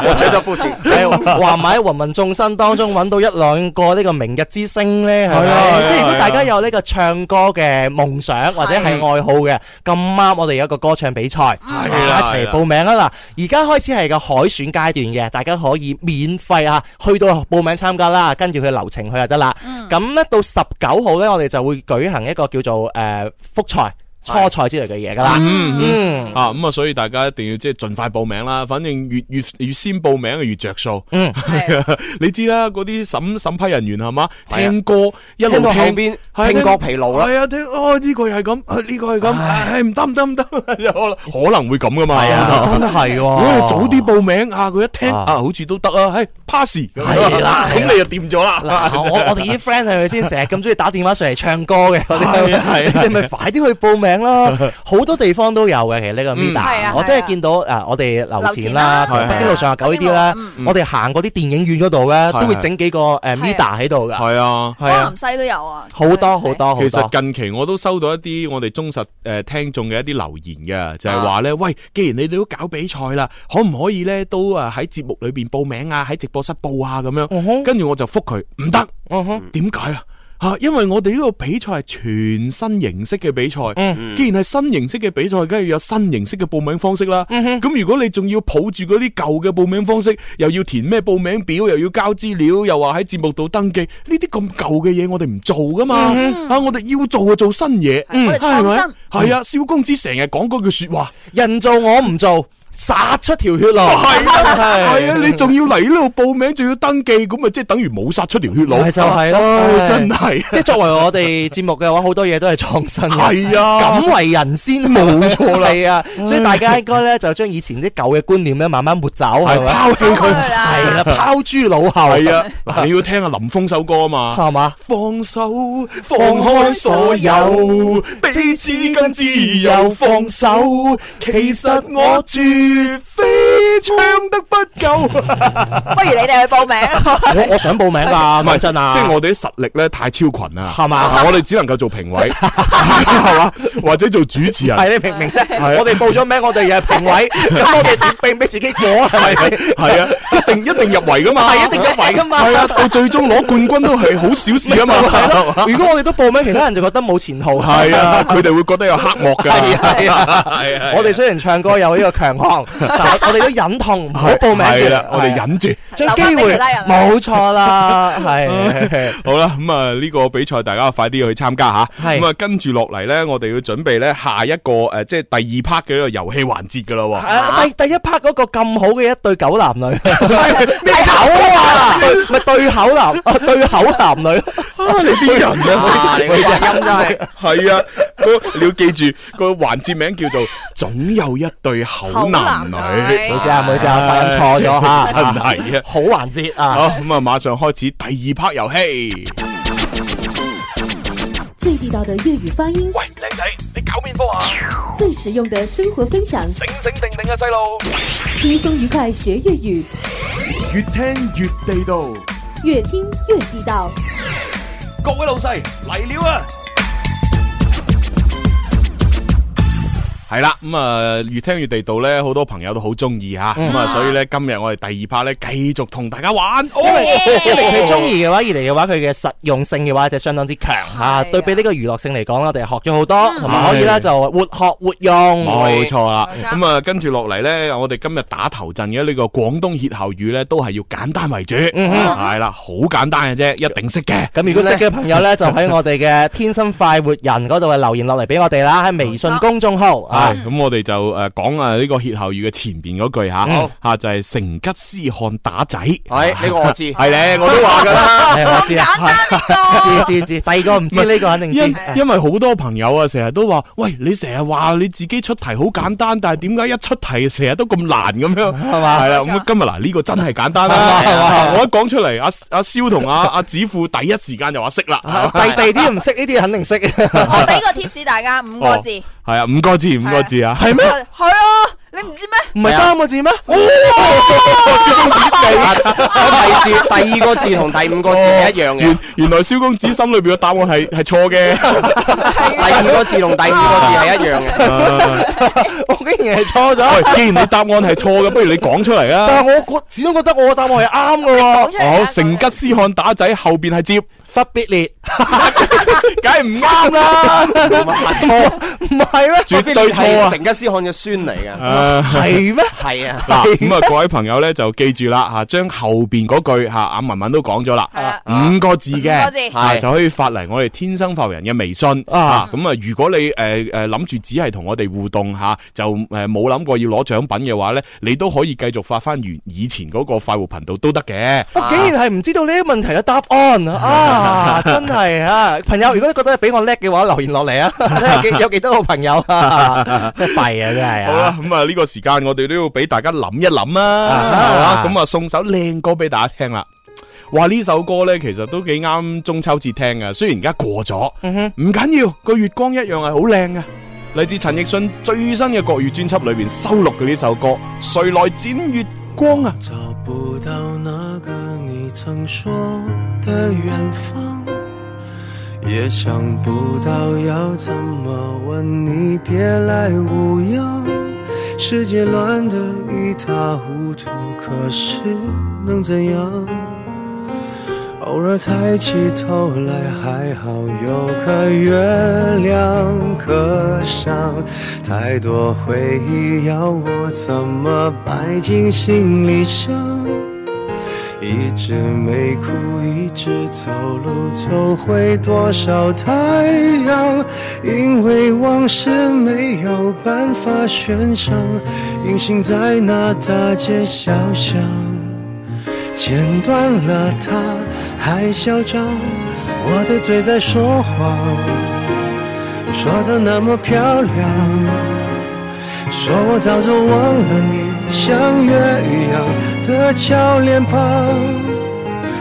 我最多故事。係話唔喺芸芸眾生當中揾到一兩個呢個明日之星咧，係係啊係咪？啊即係如果大家有呢個唱歌嘅夢想或者係愛好嘅，咁啱我哋有一個歌唱比賽，大家一齊報名啊！嗱，而家開始係個海選階段嘅，大家可以免費啊，去到報名參加啦，跟住佢流程去就得啦。咁咧到十九號咧，我哋就會舉行一個叫做诶复賽、初賽之類嘅嘢噶啦。嗯。啊咁啊，所以大家一定要即係盡快報名啦，反正越越越先報名啊就越着數。嗯係啊 你知啦，嗰啲審審批人員係嘛，聽歌一路啊聽到後聽邊係啊聽覺疲勞啦係啊，聽哦呢個又係咁，啊呢個係咁，唉唔得唔得唔得，可能會咁噶嘛。係啊，真係 如喎果你早啲報名啊，佢一聽啊啊，好似都得啊，嘿 pass 係啦咁你就掂咗啦。 嗱，我我哋啲 friend 係咪先成日咁中意打電話上嚟唱歌嘅？ 係啊係啊你哋咪快啲去報名名啦，好多地方都有嘅。其實呢個 Mida，、係啊我真係啊係見到啊，我哋樓前樓啦、前啦啊北京路上下九呢北啲京路咧啊，我哋行嗰啲電影院嗰度咧，係都會整幾個誒 Mida 喺度㗎。 係啊。係啊，江南西都有啊，好多好多好其多實。近期我都收到一啲我哋忠實誒聽眾嘅一啲留言嘅，就係話咧，喂，既然你哋都搞比賽啦，可唔可以咧都啊喺節目裏邊報名啊，喺直播室報啊咁嗯樣？哼跟住我就覆佢唔得，嗯哼點解啊？嚇，因為我哋呢個比賽係全新形式嘅比賽，嗯既然係新形式嘅比賽，梗係要有新形式嘅報名方式啦。嗯咁、如果你仲要抱住嗰啲舊嘅報名方式，又要填咩報名表，又要交資料，又話喺節目度登記，呢啲咁舊嘅嘢我哋唔做噶嘛。嗯啊，我哋要做就做新嘢，嗯我哋創新咪？係啊，蕭公子成日講嗰句説話，人做我唔做，殺出條血路。 係啊，係啊，係你仲要嚟呢度報名，仲要登記，咁咪即係等於冇殺出條血路。咪就係咯唉啊哦真係。即係作為我哋節目嘅話，好多嘢都係創新嘅。係啊，敢為人先，冇錯啦。係啊，所以大家應該咧就將以前啲舊嘅觀念咧慢慢抹走，係係咪？拋棄佢。好多㗎啦。係啦，拋諸腦後。係，啊，嗱，你要聽阿林峰首歌啊 嘛。係嘛？放手，放開所有，彼此更自由。放手，其實我絕非唱得不 夠，不如你哋去報名。我我想報名㗎，講真啊，即係我哋啲實力咧太超群啦，係嘛我哋只能夠做評委， 係嘛，或者做主持人。係你明唔明啊啫？我哋報咗名，我哋又係評 委，咁我哋點並俾自己過啊？係咪先？係啊，一定一定入圍噶嘛，係一定入圍㗎嘛係啊，到最終攞冠軍都係好小事啊就係嘛。 咯如果我哋都報名，其他人就覺得冇前途。係啊，佢哋會覺得有黑幕㗎。係啊係啊係啊我哋雖然唱歌有呢個 強項，但係我哋都忍痛唔好報名係住啦，我哋係啊忍住。將機留翻俾會其他人冇 錯啦，係好啦，咁啊呢個比賽大家快啲去參加吓。係咁啊，跟住落嚟呢，我哋要準備呢下一個诶，呃即係第二 part 嘅呢個遊戲環節噶啦喎。啊第第一 part 嗰個咁好嘅一對狗男女，咩狗啊？對咪對口 男啊，對口男女，啊，你啲人啊，你個發音真係系啊，個你要記住個環節名叫做總有一對好男女，好男女唔好意思啊，唔好意思啊，發音錯咗吓，真係啊。 好環節啊！好，咁啊，馬上開始第二 part 遊戲。最地道的粤语发音，喂，靚仔，你搞面科啊？最实用的生活分享，醒醒定定啊，細路！轻松愉快学粤语，越聽越地道。越听越地道。各位老細嚟了啊！系啦，咁啊，越聽越地道咧，好多朋友都好中意吓，咁啊，所以咧，今日我哋第二 part 咧，繼續同大家玩。哦 因為一嚟佢中意嘅話，二嚟嘅話佢嘅實用性嘅話就相當之強嚇，對比呢個娛樂性嚟講啦，我哋學咗好多，同埋可以咧就活學活用。冇錯啦，冇錯咁啊，跟住落嚟呢，我哋今日打頭陣嘅呢個廣東歇後語呢，都係要簡單為主，係啦，好簡單嘅啫，一定識嘅。嗯咁如果識嘅朋 友咧，就喺我哋嘅天生快活人嗰度啊留言落嚟俾我哋啦，喺微信公眾號啊。係咁我哋就诶讲啊呢個歇後語嘅前边嗰句吓好，吓就係成吉思汗打仔。係呢個我知， 係咧，我都話㗎啦。 係我 知啊，知知知，第二個唔知呢個肯定因知。因為好多朋友啊，成日都話：，喂，你成日話你自己出題好簡單，但係點解一出題成日都咁難咁樣？係嘛係啦，咁今日嗱呢個真係簡單啦。係嘛啊我一講出嚟，阿阿蕭同 阿阿子富第一時間就話識啦。啊第第二啲唔識呢啲肯定識，我俾個貼士大家，五個字。係啊，五個字，五個字啊。係咩？係啊，你唔知咩？唔係三個字咩？我提示哦第二個字同第五個字係一樣嘅哦原，原來蕭公子心裏邊嘅答案係係錯嘅。第二個字同第五個字係一樣嘅。 我竟然係錯咗。喂，既然你答案係錯嘅，不如你講出嚟啊 但。係我覺始終覺得我嘅答案係啱嘅喎。講出嚟啦，好，哦成吉思汗打仔後邊係接，忽必烈梗係唔啱啦，錯唔係咩？絕對錯係啊！成吉思汗嘅孫嚟嘅，係咩？係啊。嗱，咁啊， 各位朋友咧就記住啦吓，將後边嗰句吓，阿文文都講咗啦，係啦。啊五個字五個字嘅，啊係就可以發嚟我哋天生發人嘅微信啊啊。咁啊，如果你诶诶谂住只係同我哋互動吓，就诶冇諗過要攞獎品嘅話咧，你都可以繼續發翻原以前嗰個快活頻道都得啊嘅。我哦竟然係唔知道呢啲問題嘅答案 啊！真係啊，朋友，如果你覺得比我叻嘅話，留言落嚟啊！ 睇下有幾多個朋友啊， 真係弊啊，真係好啊！啦，咁啊呢個時間我哋都要俾大家諗一諗啦，啊係嘛？咁啊送首靚歌俾大家聽啦。話呢首歌呢，其實都幾啱中秋節聽嘅，雖然而家過咗，唔緊要，個月光一樣係好靚嘅。嚟自陳奕迅最新嘅國語專輯裏邊收錄嘅呢首歌《誰來剪月光》啊！找不到那个你曾说的远方，也想不到要怎么问你别来无恙。世界乱得一塌糊涂，可是能怎样？偶尔抬起头来，还好有个月亮可赏。太多回忆要我怎么摆进行李箱？一直没哭，一直走路，走回多少太阳？因为往事没有办法悬赏，隐形在那大街小巷，剪断了它还嚣张，我的嘴在说谎，说的那么漂亮。说我早就忘了你，像月一样的俏脸庞，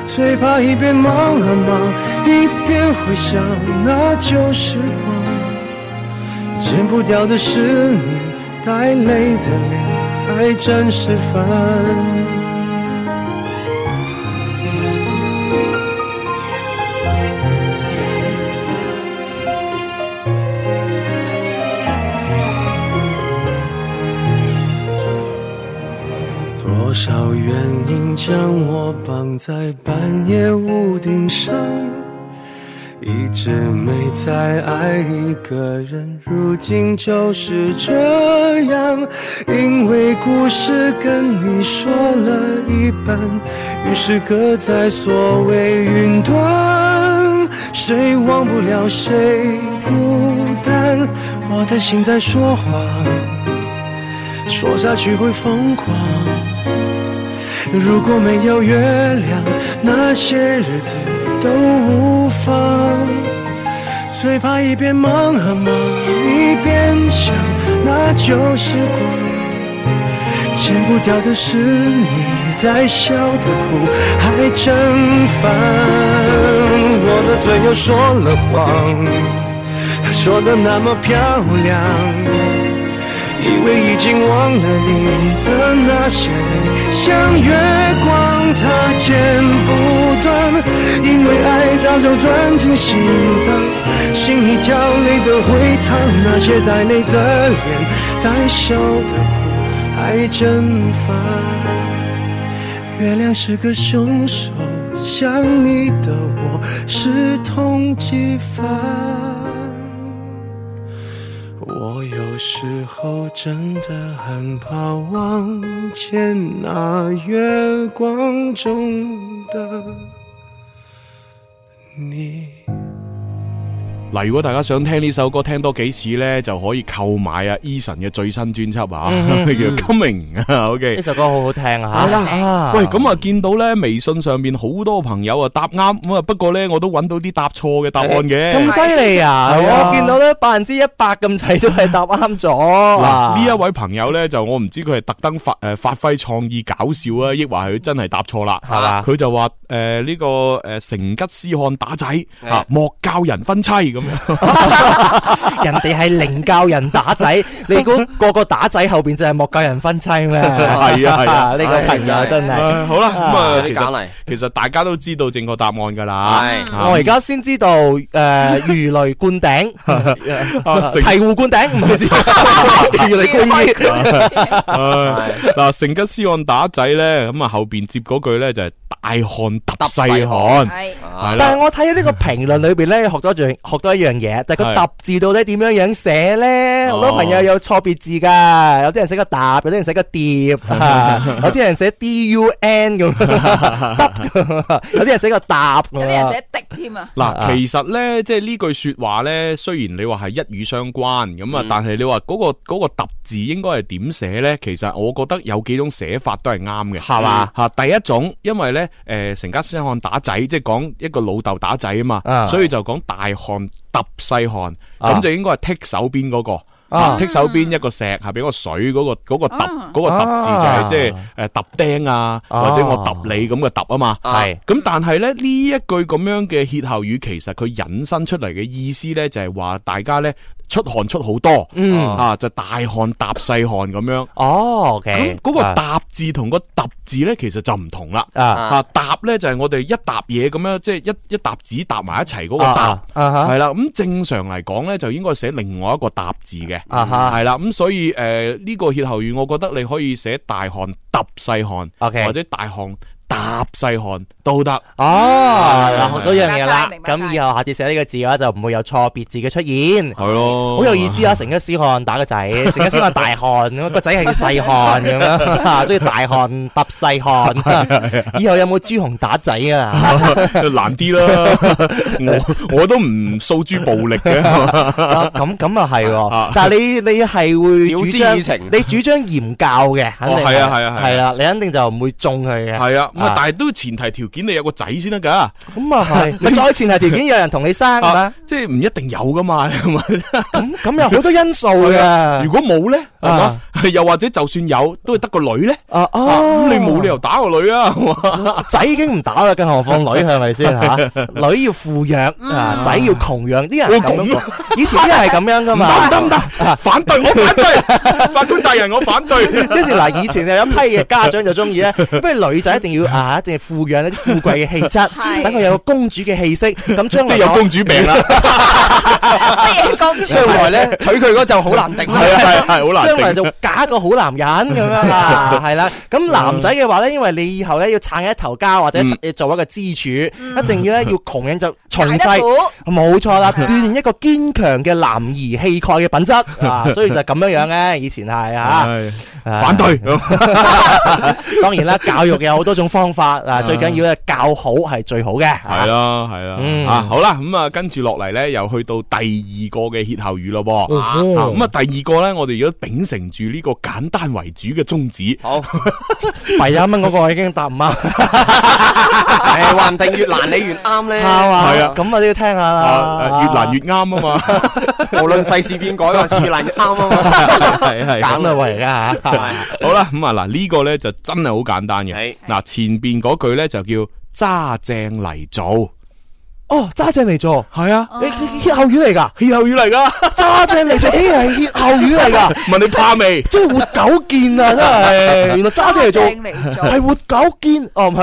最怕一边忙啊忙，一边回想那旧时光，剪不掉的是你带泪的脸，还真是烦。多少原因将我绑在半夜屋顶上，一直没再爱一个人，如今就是这样。因为故事跟你说了一半，于是搁在所谓云端，谁忘不了谁孤单，我的心在说谎。说下去会疯狂。如果没有月亮，那些日子都无妨。最怕一边忙啊忙，一边想那旧时光，剪不掉的是你在笑的哭，还真烦。我的嘴又说了谎，说的那么漂亮。以为已经忘了你的那些美，像月光它剪不断，因为爱早就钻进心脏，心一跳泪的回淌，那些带泪的脸，带笑的哭，还真烦。月亮是个凶手，想你的我是通缉犯。我有时候真的很怕望见那月光中的你。嗱，如果大家想聽呢首歌聽多幾次呢，就可以購買啊 Eason 嘅最新專輯啊， 叫《Coming》啊，OK 呢。首歌好好聽啊！係啦啊喂，咁啊，見到呢微信上面好多朋友啊答啱，咁啊，不過呢，我都揾到啲答錯嘅答案嘅。咁犀利啊！係啊我見到咧百分之一百咁滯都係答啱咗啊嗱，呢一位朋友咧，就我唔知佢係特登發诶发挥创意搞笑啊，抑或係佢真係答錯啦。係嘛佢就話诶呢個诶成吉思汗打仔啊，莫教人分妻咁 樣。人哋係寧教人 打仔，你估個個打仔後邊就係莫教人分妻咩？係啊係啊 呢個朋友真係。唉好啦，咁啊，有其啲揀實嚟，其實大家都知道正確答案㗎啦。係啊我而家先知道，誒、魚雷灌 頂，啊成醍醐灌頂，唔係先， 魚雷灌啊衣， 唉嗱，成吉思汗打仔咧，咁啊後边接嗰句咧就係大漢揼細漢，系係但係啦。我睇呢個評論裏邊咧，學多一樣學多一樣嘢，但係哦係個揼字到底點樣樣寫咧？好多朋友有錯別字㗎，有啲人寫個揼，有啲人寫個碟，啊 有啲人寫 D U N 咁，揼有啲人寫個搭，有啲人寫滴添啊，嗱，其實咧，即係呢句说話咧，雖然你話係一語相關咁嗯啊，但係你話嗰個嗰個揼字應該係點寫咧？其實我覺得有幾種寫法都係啱嘅，係嘛吓，第一種因為咧，诶，成吉思汗打仔，即係講一個老豆打仔啊嘛，啊所以就講大漢揼細漢，啊咁就應該係剔手邊嗰個。啊剔手邊一個石下邊個水嗰個嗰個揼啊嗰個揼字就啊係即係誒揼釘啊，啊或者我揼你咁嘅揼啊嘛，係咁但係咧呢一句咁樣嘅歇後語，其實佢引申出嚟嘅意思咧，就係話大家咧出汗出好多，嗯啊就大汗搭細汗咁樣。哦咁 OK，嗰個啊搭字同個揼字咧，其實就唔同啦。啊啊搭咧就係我哋一沓嘢咁樣，即係一一沓紙搭埋一齊嗰個搭啊，啊哈係啦。咁正常嚟講咧，就應該寫另外一個搭字嘅，啊哈係啦。咁所以誒呢個歇後語，我覺得你可以寫大汗揼細汗或者大汗搭細汗都得。哦，係嗱，學到一樣嘢啦嗯明。咁以後下次寫呢個字嘅話，就唔會有錯別字嘅出現。係咯好有 意思啊！成吉思汗打個仔，成吉思汗大汗 咁，個仔係叫細汗咁樣， 中意大汗揼細啊汗。以後有冇朱紅打仔啊？ 難啲啦，我我都唔訴諸暴力嘅。咁咁啊係喎， 但係你你係會主曉張之以情你主張嚴教嘅，肯定哦係啊係啊係啊係啦，你肯定就唔會中佢嘅。係啊，咁啊，但係都前提條件你有個仔先得噶。咁啊 係，咪再前提條件有人同你生係嘛？即係唔一定有噶嘛。咁咁有好多因素 嘅。如果冇咧，係嘛？ 又或者就算有，都係得個女咧。啊啊！咁你冇理由打個女啊，係嘛？ 仔已經唔打啦，更何況女係咪先嚇？ 女要富養嗯啊，仔要窮養，啲人係咁樣講以前啲人係咁樣噶嘛？唔得唔 得唔得，反對我反對，法官大人我反 對。跟住嗱，以前有一批嘅家長就中意咧，不如女仔一定要啊，一定要富養一啲富貴嘅氣 質，等佢有個公主嘅氣息，咁 將即係有公主病啦。乜嘢公主？將來咧娶佢嗰就好難定 啦。係啊係啊係好難定將來就嫁一個好男人咁 樣啦，係啦。嗯咁男仔嘅話咧，因為你以後咧要撐一頭家或者做一個支柱，一定要咧要窮人就從嗯捱細得苦。冇錯啦，啊鍛鍊一個堅強嘅男兒氣概嘅品質啊，所以就咁樣樣咧，以前係 啊。反對 當然啦，教育有好多種方法啊，最緊要咧教好係最好嘅。係啦，係啊嗯啦，啊好啦，咁啊跟住落嚟咧，又去到第二個嘅歇後語咯噃，嗯啊哼咁啊第二個咧，我哋如果秉承住呢個簡單為主嘅宗旨， 好，弊啊，蚊嗰個已經答唔啱，誒，話唔定越難你越啱咧。係嘛？係啊咁我都要聽下啦。啊越難越啱啊嘛。 無論世事變改，還是越難越啱啊嘛。 係係咁啦喂，而家吓。啊好啦，咁啊嗱呢個咧就真係好簡單嘅，嗱前邊嗰句咧就叫揸正嚟做。哦，揸正嚟做，係啊，你你你歇後語嚟㗎，歇後語嚟噶，揸 正嚟做，咦係歇後語嚟㗎，問你怕未？真係活狗見啊，真 係，原來揸正嚟做揸正嚟做係活狗見，哦唔係，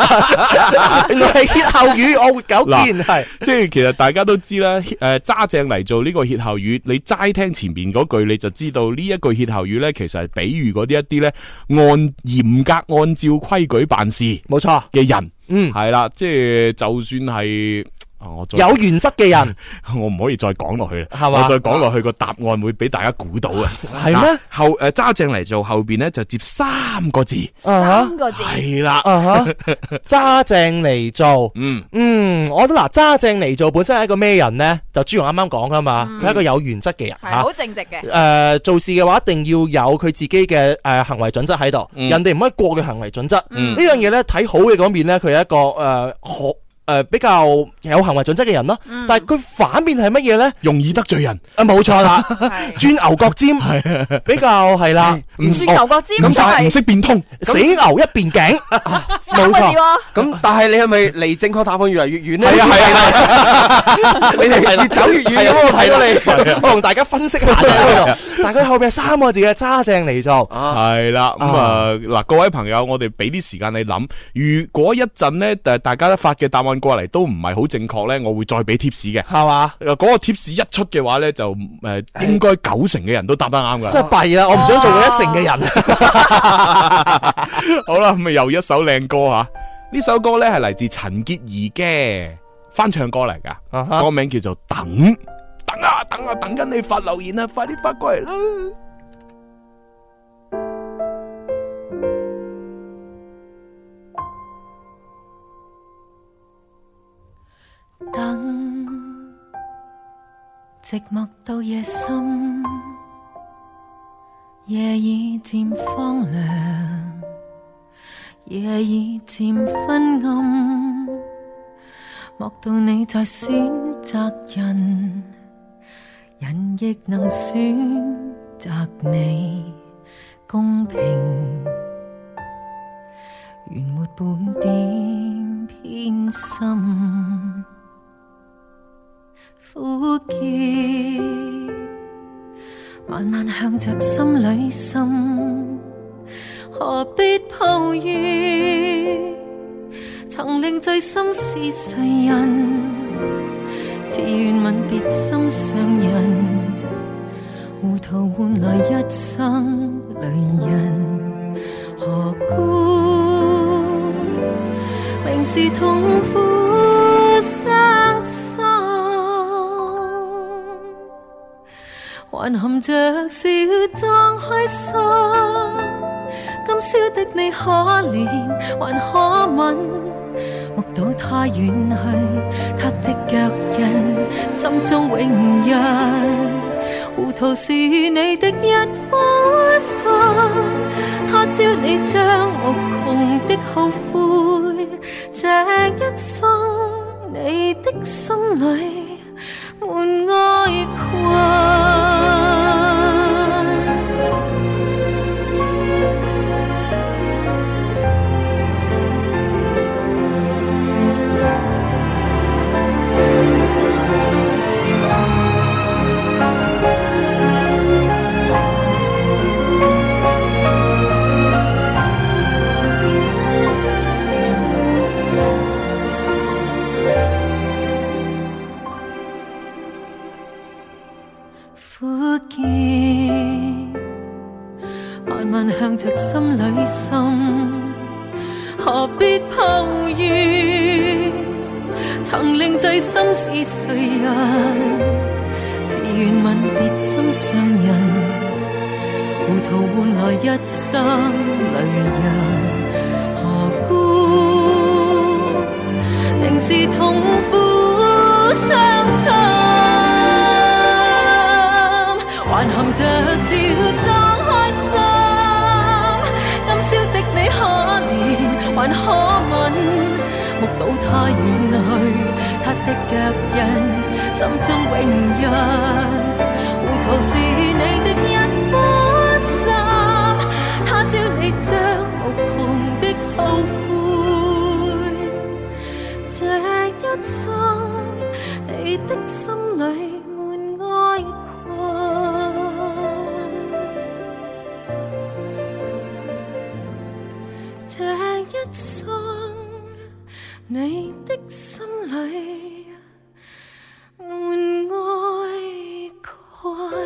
原來係歇後語，我活狗見嗱係，即係其實大家都知啦，誒揸正嚟做呢個歇後語，你齋聽前面嗰句你就知道呢一句歇後語呢，其實係比喻嗰啲一啲呢，按嚴格按照規矩辦事，冇錯嘅人，嗯係啦，即係就算係。啊我再有原則嘅人。 我唔可以再講落去啦，係嘛我再講落去個答案會俾大家估到啊。 係咩嗱？後誒揸正嚟做後邊呢，就接三個字，三個字，係啦，啊哈， 揸正嚟做，嗯嗯，我覺得嗱，揸正嚟做本身係一個咩人呢？就朱紅啱啱講噶嘛，佢係一個有原則嘅人嗯係吓好。正直嘅誒、。呃做事嘅話，一定要有佢自己嘅誒、行為準則喺度，人哋唔可以過嘅行為準則。嗯呢樣嘢呢，睇好嘅嗰面呢，佢係一個誒、好誒、比較有行為準則嘅人啦。嗯但係佢反面係乜嘢呢？容易得罪人， 啊，冇 錯啦，鑽牛角尖，比較係啦，嗯唔哦鑽牛角尖咁真係就唔識變通，死牛一邊頸，三個字喎，咁但係你係咪離正確答案越嚟越遠咧？係啊係啊，你哋越走越遠咁，啊我睇到你。啊我同大家分析下啫呢度但係佢後邊係三個字嘅揸正嚟做， 係啦，咁啊嗱，各位朋友，我哋俾啲時間你諗。如果一陣呢，誒大家發嘅答案過嚟都唔係好正確呢，我會再俾 tips 嘅。係嘛？誒嗰個 tips 一出嘅話呢，就誒應該九成嘅人都答得啱㗎。真係弊啦！我唔想做嗰一成嘅人。 好啦，咁啊又一首靚歌吓，呢首歌呢係嚟自陳潔儀嘅翻唱歌嚟啊噶，歌名叫做《等》，等啊等啊等緊你發留言啊，快啲發過嚟啦！等，寂寞到夜深，夜已漸荒涼，夜已漸昏暗。莫道你在選擇人，人亦能選擇你，公平。原沒半點偏心。苦澀，慢慢向着心里渗，何必抱怨？曾令最深是谁人？自愿吻别心上人，糊涂换来一生泪人，何故？明是痛苦生心，还含着笑装开心。今宵的你可憐還可吻，目睹他遠去，他的腳印，心中永印。糊塗是你的一顆心，他朝你將無窮的後悔，這一生你的心裏滿哀困。苦澀，慢慢向着心里心，何必抱怨？曾令最心是谁人？自愿吻别心上人，糊涂换来一生泪人，何故？明是痛苦傷心，還含着笑裝開心。今宵的你可憐，還可吻，目睹他遠去，他的腳印，心中永印。糊塗是你的一顆心，他朝你將無窮的後悔。這一生，你的心裏滿哀困。這一生，你的心裏滿哀困。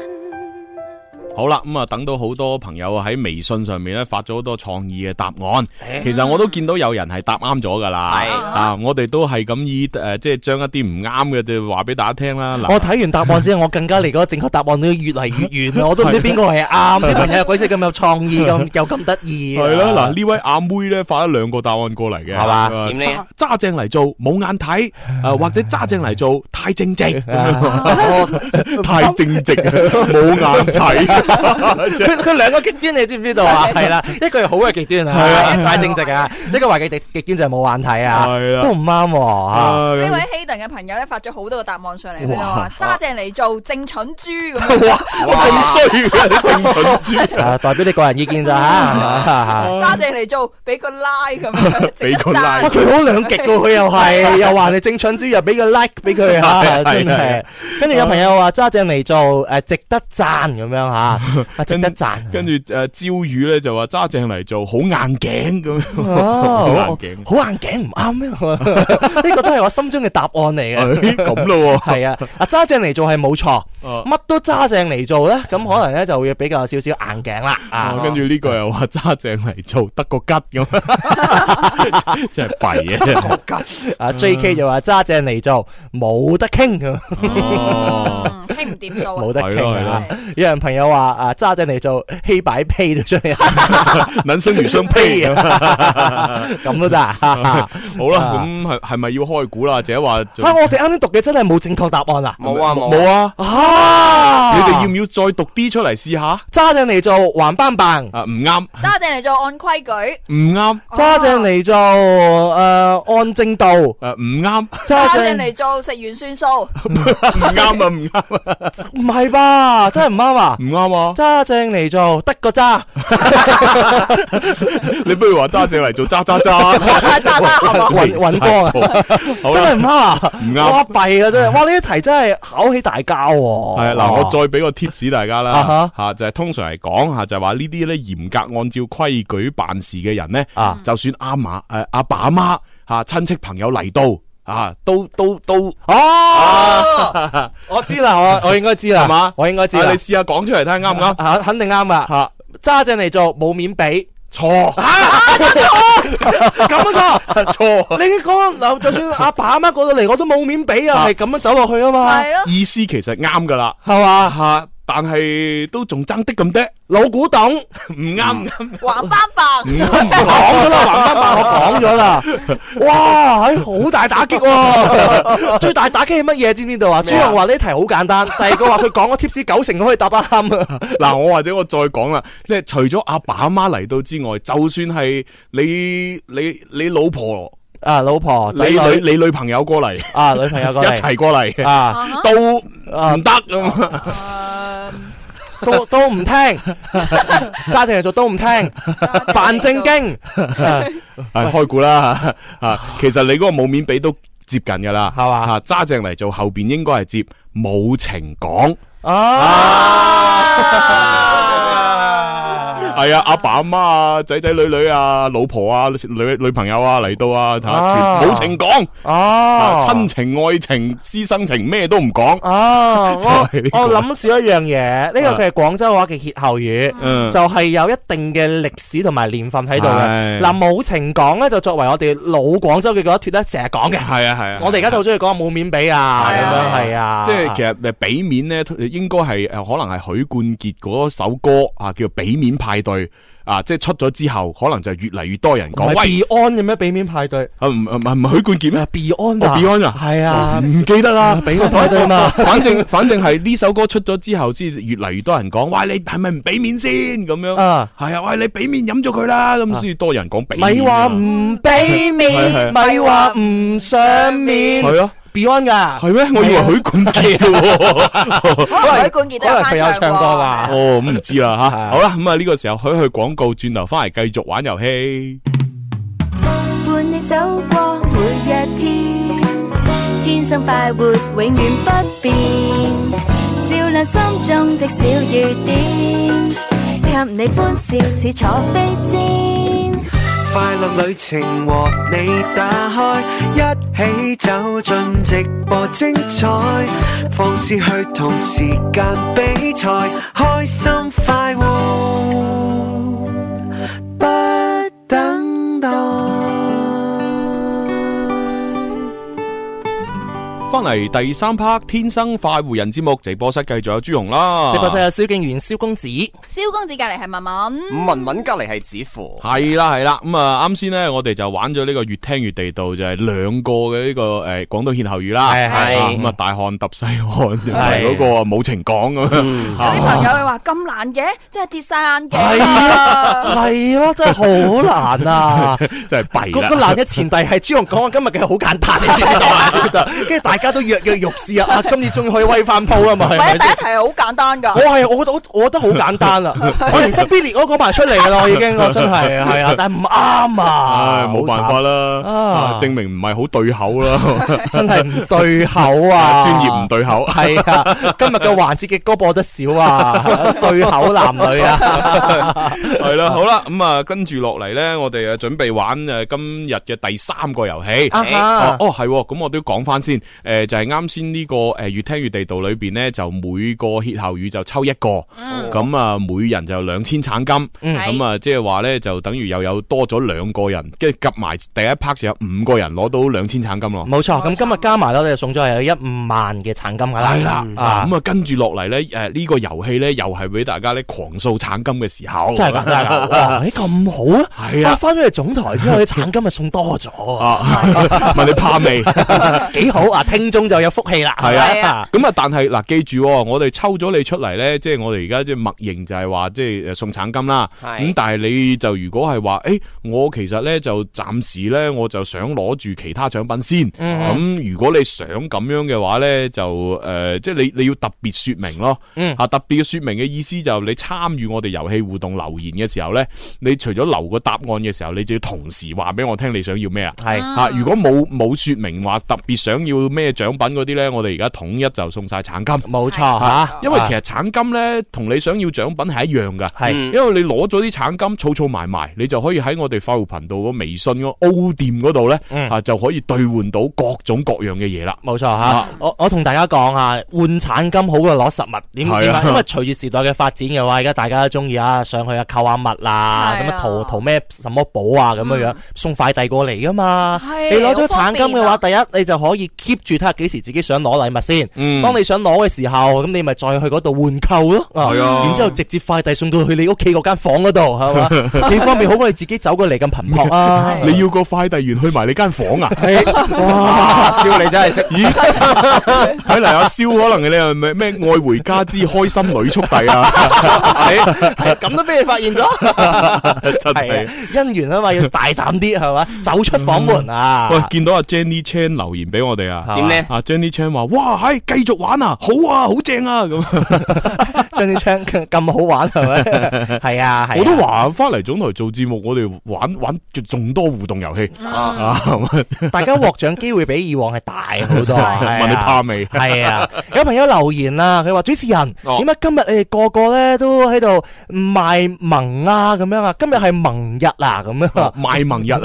好啦，咁啊，等到好多朋友喺微信上面咧發咗好多創意嘅答案。其實我都見到有人係答啱咗噶啦。啊，我哋都係咁以诶，即係將一啲唔啱嘅就話俾大家聽啦。嗱我睇完答案之後，我更加離嗰個正確答案都越嚟越遠 啦！我都唔知邊個係啱，啲朋友鬼死咁有創意，咁 又咁得意。係啦，嗱呢位阿妹咧發咗兩個答案過嚟嘅，係嘛啊點揸呢揸正嚟做冇眼 睇，啊或者揸正嚟做太正直，咁哦樣 太正直冇眼睇， 佢佢兩個極端你知唔知道啊？係啦，一個係好嘅極端啊，太正直啊；一個壞嘅極極端就係冇眼睇啊係啦，都唔啱喎呢嚇。位 Hayden 嘅朋友咧發咗好多個答案上嚟，佢就哇話揸正嚟做正蠢豬咁樣，我咁衰嘅你正蠢豬，啊代表你個人意見咋嚇。 揸正嚟做俾個拉咁 樣，俾個拉哇佢好兩極噶，佢又啊係又話你正蠢之又俾個 like 俾係佢嚇，係真係係。跟住有朋友話揸正嚟做誒值得讚咁樣嚇，啊值得讚。跟住诶招語咧就話揸正嚟做好硬頸咁樣， 好哦硬頸，好硬頸唔啱咩？ 呢個都係我心中嘅答案嚟哎嘅。咁咯喎係啊，啊揸正嚟做係冇錯，哦乜都揸正嚟做咧，咁可能咧就會比較少少硬頸啦。啊啊，跟住呢個又話揸正嚟做得個吉咁， 真係弊嘅。嗯啊 J K 就話揸正嚟做冇得傾咁，哦，傾唔掂數啊！冇得係咯傾係啊咯！ 有人朋友話啊揸正嚟做欺擺屁都出嚟，能生如相 披咁。咁都得 啊！好啦，咁係係咪要開估啦？或者話就啊，我哋啱先讀嘅真係冇正確答案啊！冇啊冇冇啊？啊，你哋要唔要再讀啲出嚟試下？揸正嚟做橫班棒？啊，唔啱， 揸正嚟做按規矩，唔啱，揸正嚟做诶按正道，诶，呃唔啱，揸揸正正嚟 做食完算數，唔啱啊，唔啱啊，唔係吧？真係唔啱啊！唔啱喎。揸正嚟做，得個揸。你不如話揸正嚟做揸揸揸，揸揸揸搵搵光啊好真係唔啦。啱啊！唔啱哇弊啊真係，哇呢啲題真係考起大家喎。系啊嗱，我再俾個 tips 大家哦啊啦哈，吓就係通常嚟講吓，就係話呢啲咧嚴格按照規矩辦事嘅人咧，啊，就算阿嫲诶阿爸阿媽吓親戚朋友嚟到啊，都都 都哦，我知啦， 我我应该知啦，係嘛我應該知啦。啊你試下講出嚟睇下啱唔啱？啊肯定啱啊！揸正嚟做，冇面俾。 錯啊咁啊錯錯你已經講嗱，就算阿爸阿媽嗰度嚟，我都冇面俾啊，啊係咁樣走落去啊嘛。意思其實啱噶啦，係嘛吓，但係都仲爭啲咁多，老古董唔啱唔啱？横斑白，唔講咗啦，橫翻白，我講咗 啦。哇，係好大打擊 喎！最大打擊係乜嘢？知唔知道啊？朱紅話呢題好簡單，第二個話佢講個 tips 九成都可以答得啱啊。 嗱，我或者我再講啦，即係除咗阿爸阿媽嚟到之外，就算係你你你老婆。啊，老婆你仔女你女朋友過嚟啊女朋友過一嚟齊過嚟啊都唔得咁啊！都都唔聽，揸定嚟做都唔聽，扮正經。啊哦係開估啦啊！其實你嗰個冇面俾都接近㗎啦，係嘛？吓揸正嚟做後边應該係接冇情講。啊系啊，阿爸阿媽啊，仔仔女女啊，老婆啊，女女朋友啊，嚟到啊，啊吓全冇情講，哦啊親情、愛情、師生情咩都唔講。哦，就我係呢個啊我諗少一樣嘢，呢個佢係廣州話嘅歇後語，嗯就係有一定嘅歷史同埋年份喺度嘅。係嗱，冇情講咧就作為我哋老廣州嘅嗰一脱咧，成日講嘅。係啊係啊我哋而家就好中意講冇面俾啊，咁樣係啊。即係其實誒俾面咧，應該係誒可能係許冠傑嗰首歌啊，叫《俾面派對》啊，即係出咗之後，可能就越嚟越多人講唔係喂。 Beyond 嘅咩俾面派對？啊唔唔唔唔係許冠傑咩？Beyond 哦啊，Beyond 啊，係啊哦唔記得啦，俾面派 對嘛反正反正係呢首歌出咗之後，先越嚟越多人講，喂你係咪唔俾面先咁樣？啊，係啊，喂你俾面飲咗佢啦，咁先多人講俾面。啊咪話唔俾 面，係係咪話唔上面。係咯，Beyond 啊噶。係咩？我以為許冠傑嘅喎。可能許冠傑都有翻唱過。嘛？哦，咁唔知啦吓。好啦，咁啊呢個時候去去廣告，轉頭翻嚟繼續玩遊戲。伴你走過每一天，天生快活，永遠不變。照亮心中的小雨點，給你歡笑似坐飛氈。快樂旅程和你打開，一起走進直播精彩，放肆去同時間比賽，開心快活，不等待。翻嚟第三 part《天生快活人》節目直播室，繼續有朱紅啦，直播室有蕭敬元、蕭公子。萧公子隔離係文文，文文隔離係指符。係啦係啦，咁啊啱先咧，我哋就玩咗呢個越聽越地道，就係兩個嘅呢個誒廣東歇後語啦，係係啊咁啊大漢揼西漢，同埋係嗯嗰個冇情講咁樣有啲朋啊。友佢話咁難嘅，真係跌晒眼鏡。係啊，係咯，真係好難啊！ 真係弊嗰啦！個難嘅前提係朱紅講我今日嘅好簡單，你知唔知道 啊？跟住大家都躍躍欲試啊！啊，今次終於可以威翻鋪啊嘛，或者係咪第一先？題係好簡單㗎。我係我覺得我覺得好簡單 啦，我連 Billy 嗰個講埋出嚟㗎啦，我已經我真係係啊，但係唔啱唉，啊，冇辦法啦，啊啊證明唔係好對口啦， 真係唔對口啊！ 專業唔對口，係啊，今日嘅環節嘅歌播得少啊，對口男女 啊，系啦，好啦，咁啊，跟住落嚟咧，我哋啊準備玩诶今日嘅第三個遊戲。啊哈哦哦，係喎，咁我都要講翻先，诶就係啱先呢個诶越聽越地道裏边咧，就每個歇後語就抽一個，嗯咁啊每人就兩千橙金，嗯咁啊即係話咧就等於又有多咗兩個人，跟住夾埋第一 part 就有五個人攞到兩千橙金咯。冇錯。咁今日加埋咧，我哋送咗係有一五萬嘅產金㗎啦，系啦，啊啊。咁啊，跟住落嚟咧，诶呢個遊戲咧，又係俾大家咧狂掃橙金嘅時候，真 係㗎，真係㗎！哇，咦咁好啊！係啊我翻咗去總台之後，啲橙金咪送多咗啊！ 啊！問你怕未？幾好啊！聽聽眾就有福氣啦。系啊，咁啊，但係嗱，記住喎，我哋抽咗你出嚟咧，即係我哋而家即係默認就係話，即係誒呃送橙金啦。係咁但係你就如果係話，诶，我其實咧就暫時咧，我就想攞住其他獎品先。嗯咁如果你想咁樣嘅話咧，就诶，即係你你要特別说明咯。嗯啊，特別嘅说明嘅意思就你參與我哋遊戲互動留言嘅時候咧，你除咗留個答案嘅時候，你就要同時話俾我聽你想要咩啊。係啊，如果冇冇说明話特別想要咩獎品嗰啲呢，我哋而家統一就送晒橙金。啊冇錯嚇因為其實橙金呢，同你想要獎品係一樣噶。係因為你攞咗啲橙金，儲儲埋埋，你就可以喺我哋快活頻道個微信嗰個 O 店嗰度呢，啊就可以兌換到各種各樣嘅嘢啦。嗯啊冇錯吓，我我同大家講啊，換橙金好過攞實物，點係啊點解？因為隨住時代嘅發展嘅話，而家大家都中意啊，上去啊購下物啦，咁啊淘淘咩什麼寶啊咁嗯樣樣，送快遞過嚟噶嘛。係你攞咗好橙方金便嘅話，第一你就可以 keep 住睇下幾時自己想攞禮物嗯先。當你想攞嘅時候，咁你咪再去嗰度換購咯。係啊然之後直接快遞送到去你屋企嗰間房嗰度，係 嘛？幾方便，好過你自己走過嚟咁頻撲啊！你要個快遞員去埋你間房 啊？哎哇！笑你真係識。咦？ 睇嚟阿蕭可能你係咪咩愛回家之開心女速遞啊？ 咁都俾你發現咗。真係。 姻緣啊嘛，要大膽啲係嘛，走出房門啊！嗯喂，見到阿 Jenny Chan 留言俾我哋啊，點呢阿 Jenny Chan 話：哇，係繼續玩啊，好啊，好正啊，咁。 張啲槍咁好 玩係咪？係啊，係啊我都話翻嚟總台做節目，我哋玩玩仲多互動遊戲啊，大家獲獎機會比以往係大 好多。問你怕未？係啊，有朋友留言啊，佢話主持人哦點解今日你哋個個咧都喺度賣萌啊咁樣啊？今日係萌日啊咁樣啊， 賣萌日啊，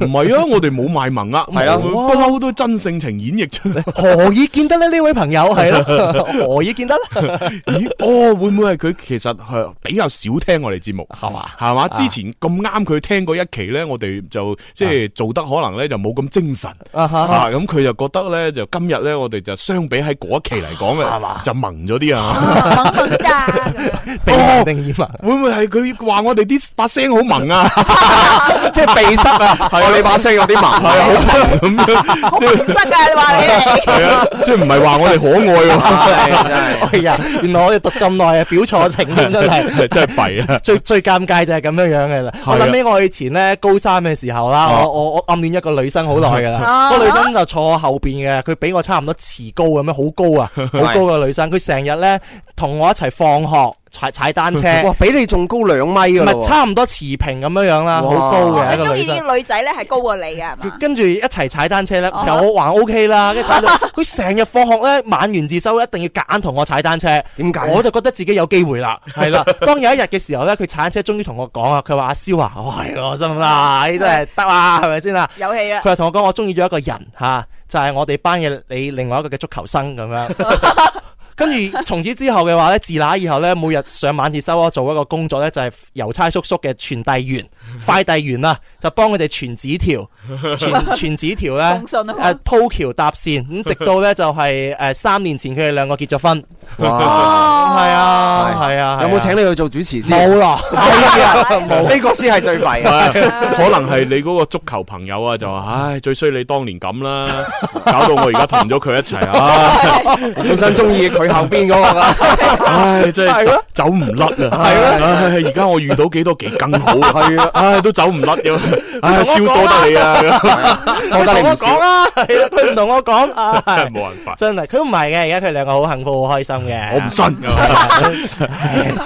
唔係啊，我哋冇賣萌啊，係咯我不嬲都真性情演繹出嚟。 何以見得咧？呢位朋友哦係咯，何以見得咧？咦，哦，會唔會係佢其實係比較少聽我哋節目，係嘛，係嘛？之前咁啱佢聽過一期咧，我哋就即係做得可能咧就冇咁精神啊哈啊，咁佢就覺得咧就今日咧我哋就相比喺嗰一期嚟講嘅，就萌咗啲啊，哦被蒙定耳會唔會係佢話我哋啲把聲好萌啊？即係鼻塞啊！我你把聲有啲萌，係 啊，好萌 咁樣，係啊，即係唔係話我哋 可愛喎？哎呀，原來我哋讀咁耐啊，表錯情添真係。真 係弊啊！最最尷尬就係咁樣樣嘅啦。係啊我諗起我以前咧高三嘅時候啦，啊我我我暗戀一個女生好耐㗎啦啊。個女生就坐我後邊嘅，佢比我差唔多遲高咁樣，好 高啊，好高嘅女生。佢成日咧同我一齊放學踩踩單 車，哇比你仲高兩米㗎唔啦係喎差唔多持平咁樣樣啦，好哇高嘅一個女生。你鍾意啲女仔呢，係高過你嘅，係嘛？跟住一齊踩單車咧，啊又還 O K 啦。跟住踩到佢成日放學咧，晚完自修一定要夾硬同我踩單車。點解我就覺得自己有機會啦，係啦。當有一日嘅時候咧，佢踩單車終於同我講啊，佢話阿蕭啊，我係 咯，心諗啦，呢真係得啦，係咪先啦？有戲啦。佢又同我講，我中意咗一個人嚇、就係、我哋班嘅你另外一個嘅足球生咁樣。 跟住從此之後嘅話咧，自那以後咧，每日上晚自修我做一個工作咧，就係、郵差叔叔嘅傳遞員、快遞員啦，就幫佢哋傳紙條、 傳傳紙條咧送信啊，嘛誒鋪橋搭線，咁 直到咧就係誒三年前佢哋兩個結咗婚。哇係啊，係啊，有冇請請你去做主持先？冇啦，冇呢個先係最弊啊！可能係你嗰個足球朋友啊，就話：唉，最衰你當年咁啦，搞到我而家同咗佢一齊啊！本身中意佢後邊嗰個啦，唉，真係係走咯走唔甩啊！唉，而家我遇到幾多幾更好啊！係啊，唉，都走唔甩嘅，唉，你同我笑講多得你啊！ 佢同我 講啦，係啦，佢唔同我講啊，真係冇辦法，真係佢唔係嘅，而家佢兩個好幸福，好開心嘅。我唔信啊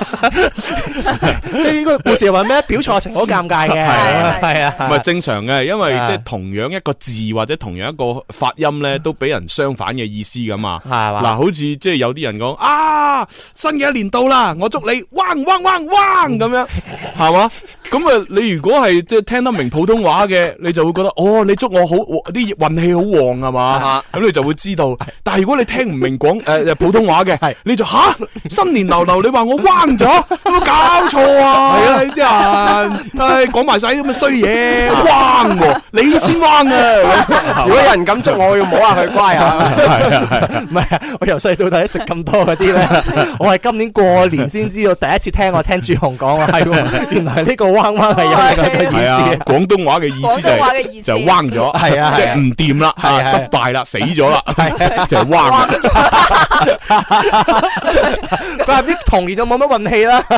即係呢個故事話咩？表錯情好尷尬嘅，係啊， 唔係正常嘅，因為啊即係同樣一個字或者同樣一個發音咧，都俾人相反嘅意思噶嘛。係嘛嗱，好似即係有啲人講啊，新嘅一年到啦，我祝你汪汪汪汪咁樣，係嘛？咁啊，你如果係即係聽得明普通話嘅，你就會覺得哦，你祝我好啲運氣好旺係啊嘛？咁你就會知道。但係如果你聽唔明 廣誒普通話嘅，你就吓新年流流，你話我汪咗，有冇搞錯啊？係啊呢啲人，唉，講埋晒啲咁嘅衰嘢，啊彎喎，你先彎 啊！如果有人咁捉我，我要摸下佢乖啊！係啊係啊，唔係啊，我由細到大都食識咁多嗰啲 咧，我係今年過年先知道，第一次聽我聽朱紅 講啊，係喎，原來呢個彎彎係有呢個意係啊思，廣東話嘅意思就廣東話嘅係意思就係彎咗，係啊即係係啊唔掂啦，係啊啊嚇失敗啦，死咗啦，就係彎啦。佢話啲童年就冇乜 運氣啦，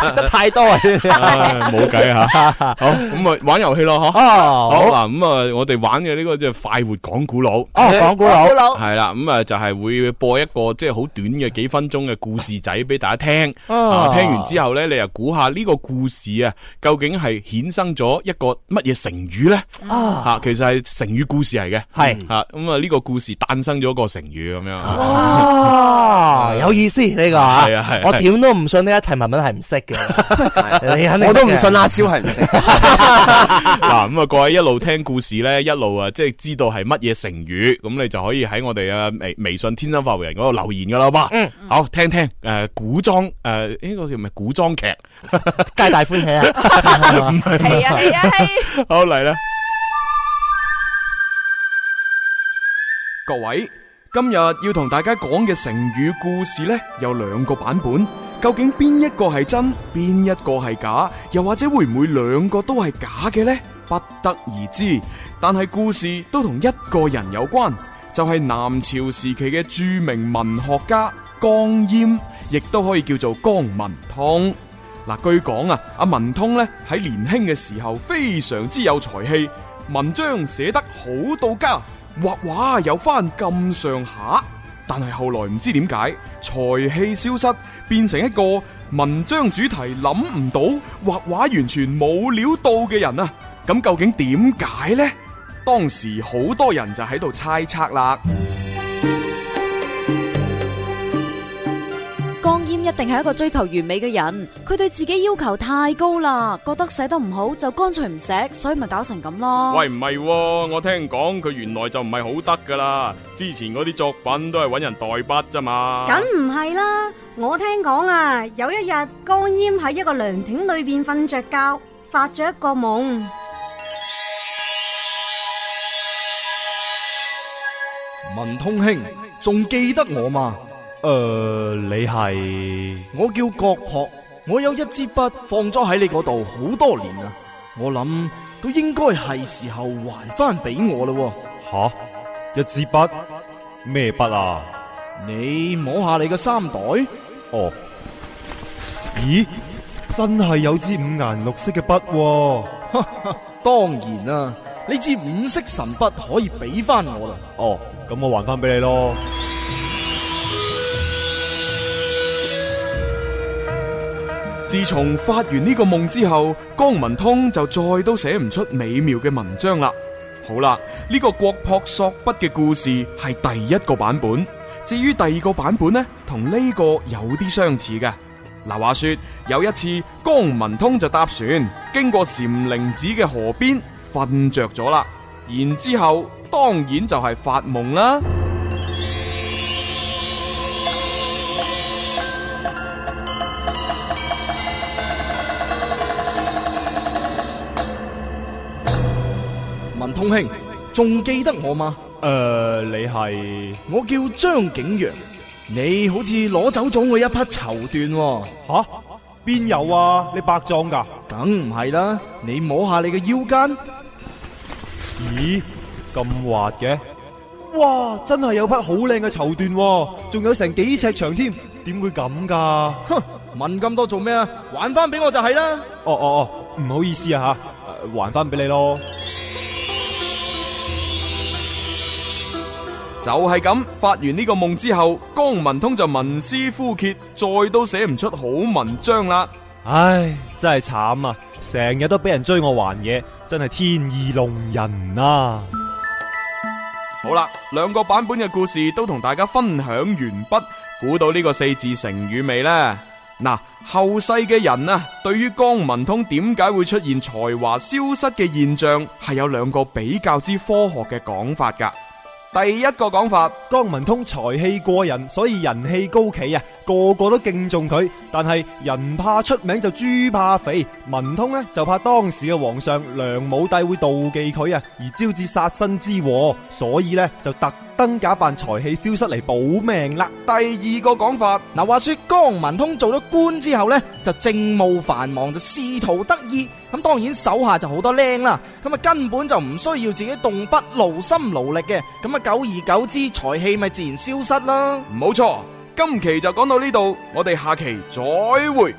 食得太多啊，唉冇計 吓，好咁啊玩遊戲咯，嗬。哦好嗱，咁啊我哋玩嘅呢個即係快活講古佬。 哦講古佬講古佬係啦，咁啊就係會播一個即係好短嘅幾分鐘嘅故事仔俾大家聽。啊啊，聽完之後咧，你又估下呢個故事啊，究竟係衍生咗一個乜嘢成語咧？啊吓，其實係成語故事嚟嘅。係哦吓，咁啊呢個故事誕生咗個成語咁樣。哇，有意思呢個啊係啊係啊！我點都唔信呢一題文文係唔識嘅，你肯定我都唔信阿蕭係唔識。 嗱，咁啊，各位一路聽故事咧，一路啊，即係知道係乜嘢成語，咁你就可以喺我哋嘅微微信天生發福人嗰度留言噶啦嘛。嗯，好，聽聽誒古裝誒呢個叫咩古裝劇，皆大歡喜 啊！唔係係啊係啊係。好嚟啦，各位，今日要同大家講嘅成語故事呢，有兩個版本，究竟邊一個係真，邊一個係假，又或者會唔會兩個都係假嘅呢？不得而知。但係故事都同一個人有關，就係、南朝時期嘅著名文學家江淹，亦都可以叫做江文通。嗱，據講啊，阿文通呢喺年輕嘅時候非常之有才氣，文章寫得好到家，畫畫有翻咁上下。但係後來唔知點解，才氣消失，變成一個文章主題諗唔到，畫畫完全冇料到嘅人啊！咁究竟點解呢？當時好多人就喺度猜測啦。江淹一定係一個追求完美嘅人，佢對自己要求太高啦，覺得寫得唔好就乾脆唔寫，所以咪搞成咁咯。喂，唔係喎，我聽講佢原來就唔係好得噶啦，之前嗰啲作品都係揾人代筆咋啊嘛。梗唔係啦，我聽講啊，有一日江淹喺一個涼亭裏邊瞓着覺，發咗一個夢。文通兄，仲記得我嘛？誒、呃你係？我叫郭朴，我有一支筆放咗喺你嗰度好多年啦，我諗都應該係時候還翻俾我啦喎。吓，一支筆咩筆啊？你摸下你嘅衫袋，哦，咦，真係有支五顏六色嘅筆喎。當然啦，呢支五色神筆可以俾翻我啦。哦，咁我還翻俾你咯。自從發完呢個夢之後，江文通就再都寫唔出美妙嘅文章啦。好啦，呢、個國朴索筆嘅故事係第一個版本。至於第二個版本呢，同呢個有啲相似嘅。嗱，話說有一次，江文通就搭船經過禪靈寺嘅河邊，瞓着咗啦。然之後當然就係發夢啦。文通兄，仲記得我嘛？誒、呃你係？我叫張景陽，你好似攞走咗我一匹綢緞喎。吓？邊有啊？你白撞噶？梗唔係啦，你摸下你嘅腰間，咦，咁滑嘅？哇，真係有匹好靚嘅綢緞喎，仲有成幾尺長添，點會咁噶？哼，問咁多做咩啊？還翻俾我就係啦。哦哦哦，唔好意思啊吓，誒還翻俾你咯。就係咁，發完呢個夢之後，江文通就文思枯竭，再都寫唔出好文章啦。唉，真係慘啊！成日都俾人追我還嘢，真係天意弄人啊！好啦，兩個版本嘅故事都同大家分享完畢，估到呢個四字成語未呢？嗱，後世嘅人啊，對於江文通點解會出現才華消失嘅現象，係有兩個比較之科學嘅講法噶。第一個講法，江文通才氣過人，所以人氣高企啊，個個都敬重佢。但係人怕出名就豬怕肥，文通呢就怕當時嘅皇上梁武帝會妒忌佢啊，而招致殺身之禍，所以呢就特登假扮財氣消失嚟保命啦。第二個講法，嗱，話說江文通做咗官之後呢，就政務繁忙，就仕途得意。咁當然手下就好多靚啦，咁啊根本就唔需要自己動筆勞心勞力嘅。咁啊久而久之，財氣咪自然消失啦。冇錯，今期就講到呢度，我哋下期再會。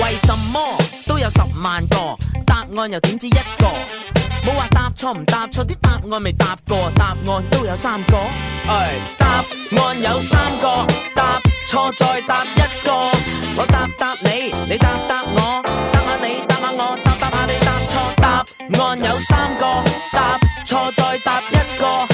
為什麼都有十萬個答案，又點止一個？冇話答錯唔答錯，啲答案未答過，答案都有三個。唉，答案有三個，答錯再答一個。我答答你，你答答我，答下你，答下我，答答下你答錯。答案有三個，答錯再答一個。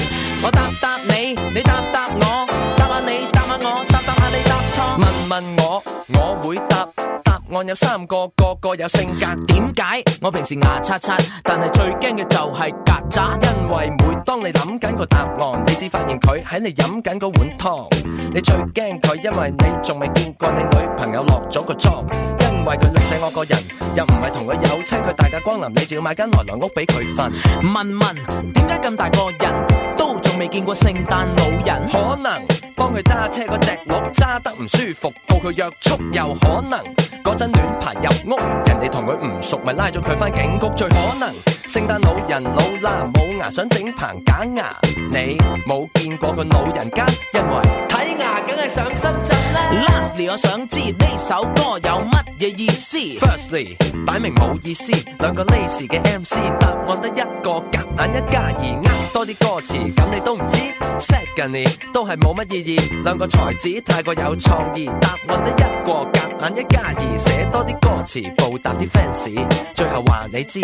我答答你，你答答我，答下你，答下我，答答下你答錯。問問我，我會答。答案有三個，個個有性格。點解我平時牙刷刷，但係最驚嘅就係曱甴？因為每當你諗緊個答案，你只發現佢喺你飲緊嗰碗湯。你最驚佢，因為你仲未見過你女朋友落咗個妝。因為佢靚仔我個人，又唔係同佢有親，佢大駕光臨，你就要買間來來屋俾佢瞓。問問點解咁大個人都仲未見過聖誕老人？可能幫佢揸車嗰隻鹿揸得唔舒服，報佢約束又可能嗰陣亂爬入屋，人哋同佢唔熟，咪拉咗佢翻警局。最可能聖誕老人老啦冇牙，想整棚假牙，你冇見過個老人家，因為睇牙梗係上深圳啦。 Lastly，我想知呢首歌有乜嘢意思 Firstly，擺明冇意思，兩個 lazy 嘅 MC 答案得一個，夾硬一加二，呃多啲歌詞，咁你都唔知。Secondly，都係冇乜意義，兩個才子太過有創意，答案得一個，夾硬一加二，寫多啲歌詞報答啲 fans，最後話你知。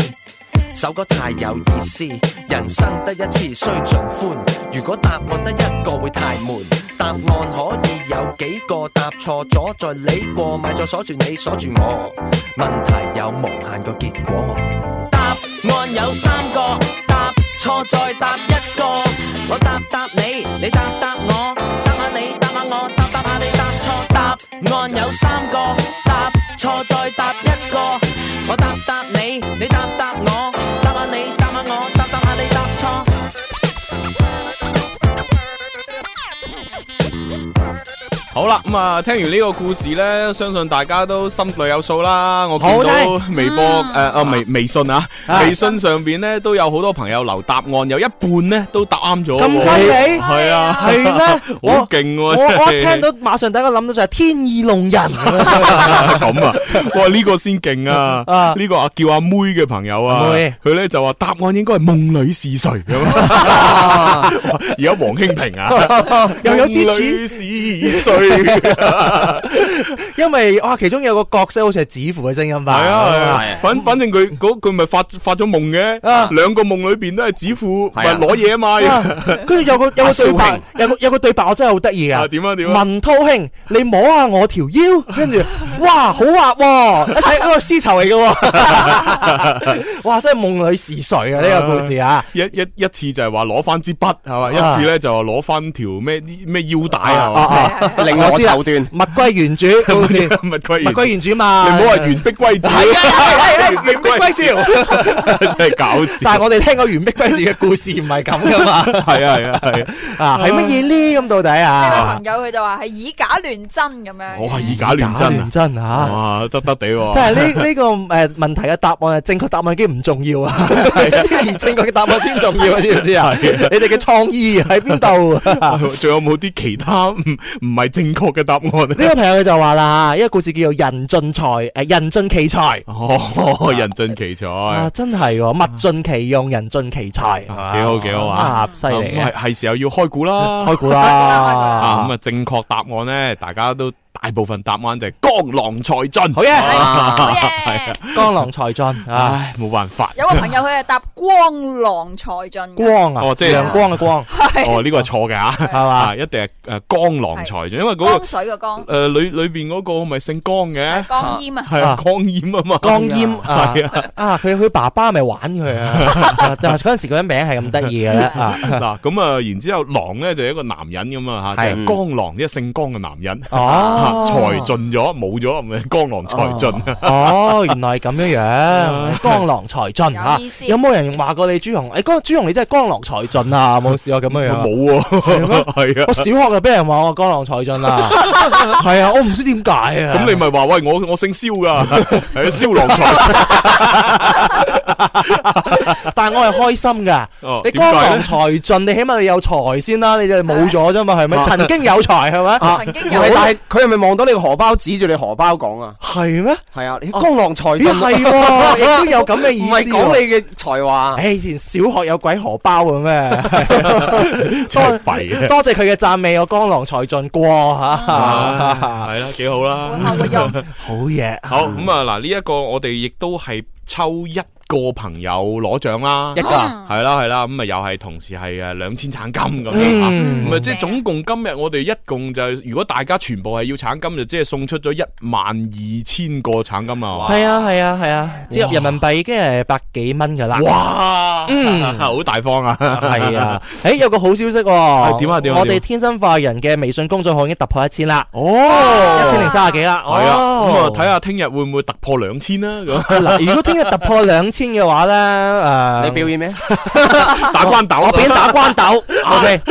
首歌太有意思，人生得一次須盡歡。如果答案得一個會太悶，答案可以有幾個答錯咗再理過，咪再鎖住你鎖住我。問題有無限個結果。答案有三個，答錯再答一個。我答答你，你答答我，答下你，答下我，答答下你答錯。答案有三個，答錯再答一個。我答答你，你答答我，答下你，答下我，答答下你答錯。好啦，咁啊，聽完呢個故事呢，相信大家都心裏有數啦。我見好到聽微博誒啊微微信啊，啊微信上邊呢都有好多朋友留答案，有一半呢都答啱咗喎。咁犀利係啊，係咩 好勁我喎！真係我一聽到馬上第一個諗到就係天意弄人。咁啊，哇呢個先勁 啊！呢個啊叫阿妹嘅朋友啊阿妹，佢咧就話答案應該係夢裏是誰咁 啊。而家黃興平啊，又有啲夢裏是似誰。 因為哇，其中有個角色好似係指符嘅聲音系吧？啊係啊，反反正佢嗰佢咪發發咗夢嘅，兩個夢裏邊都係指父咪啊攞嘢啊嘛。跟住有個阿有個少對白平，有個有個對白，我真係好得意噶。點啊點啊文涛兄，你摸下我條 腰，跟住哇好滑喎，一睇嗰個絲綢嚟嘅喎， 哇真係夢裏是誰啊 呢個故事啊！一一一次就係話攞翻支筆係嘛，一啊次咧就話攞翻條咩咩腰帶啊啊啊，係嘛，我知啦物歸 原主故事，物歸物歸原主嘛，啊你唔好話原璧歸趙， 原璧歸趙。真係搞笑。但係我哋聽過原璧歸趙嘅故事唔係咁 噶嘛，係啊係啊係啊啊係乜嘢呢？咁到底啊朋？友佢就話係以假亂真咁樣。我係以假亂真啊！真吓，哇得得地喎。但 係呢呢個诶問題嘅答案係正確答案已經唔重要啊， 唔正確嘅答案先重要啊，知唔知啊？係啊你哋嘅創意喺邊度啊？仲有冇啲其他唔唔係正確嘅答案啊呢呢個朋友佢就話啦，一個故事叫做人盡才诶人盡其才。哦，人盡其才，啊，幾真係喎，物盡其用，人盡其才，幾好幾好啊啊，！犀利咁係啊！係時候要開估啦，開估啦 啊咁啊，正確答案咧，大家都大部分答案就係江郎才盡，好嘢好江郎才盡啊！唉，冇辦法。有個朋友佢係答光郎才盡嘅，光啊哦，即係陽光嘅光， 哦，呢個係錯嘅啊，係嘛？一定係誒江郎才盡，因為嗰個江水嘅江，誒裏裏邊嗰個咪姓江嘅，江淹啊係啊，江淹啊嘛，江淹啊係啊。啊！佢佢爸爸咪玩佢啊！但係嗰陣時佢嘅名係咁得意 嘅咧啊！嗱，咁啊，然之後郎咧就係一個男人咁啊吓，就係係江郎，一個姓江嘅男人。哦啊，財盡咗冇咗，咪江郎 才啊盡。 哦，原來係咁樣樣，江郎才盡有嚇意思。有冇人話過你朱紅？誒，江朱紅你真係江郎才盡啊！有冇試過咁樣樣。冇喎， 係啊我小學就俾人話我江郎才啊盡啦。係啊，我唔知點解啊。咁你咪話喂，我 我姓蕭㗎，係啊， 蕭郎才。但係我係開心㗎哦。你點解江呢郎才盡，你起碼你有才先啦，你就冇咗啫嘛，係咪？啊曾經有才係咪？啊唔係但係佢係咪望到你個荷包指住你荷包講啊？係咩？係啊，你江郎才盡。咦係 喎亦都有咁嘅意思唔係講喎你嘅才華。誒，以前小學有鬼荷包嘅咩？ 真係弊啊多謝佢嘅讚美，我江郎才盡過嚇。係啦，幾好啦，好嘢。 好咁啊！嗱，呢一個我哋亦都係抽一個朋友攞獎啦，一個啊係啦係啦，咁啊又係同時係誒兩千橙金咁樣嚇嗯咁啊即係總共今日我哋一共就如果大家全部係要橙金，就即係送出咗一萬二千個橙金啊！係啊係啊係啊，折合人民幣已經係百幾蚊㗎啦。哇，嗯好大方啊！係啊，誒有個好消息喎，係點啊點啊點啊我哋天生化人嘅微信公眾號已經突破一千啦，哦，一千零三十幾啦， 係啊，咁啊哦。睇下聽日會唔會突破兩千啦 咁。嗱，如果聽日突破兩千嘅話咧，誒，你表演咩？ 打關斗，啊我表演打關 斗，OK，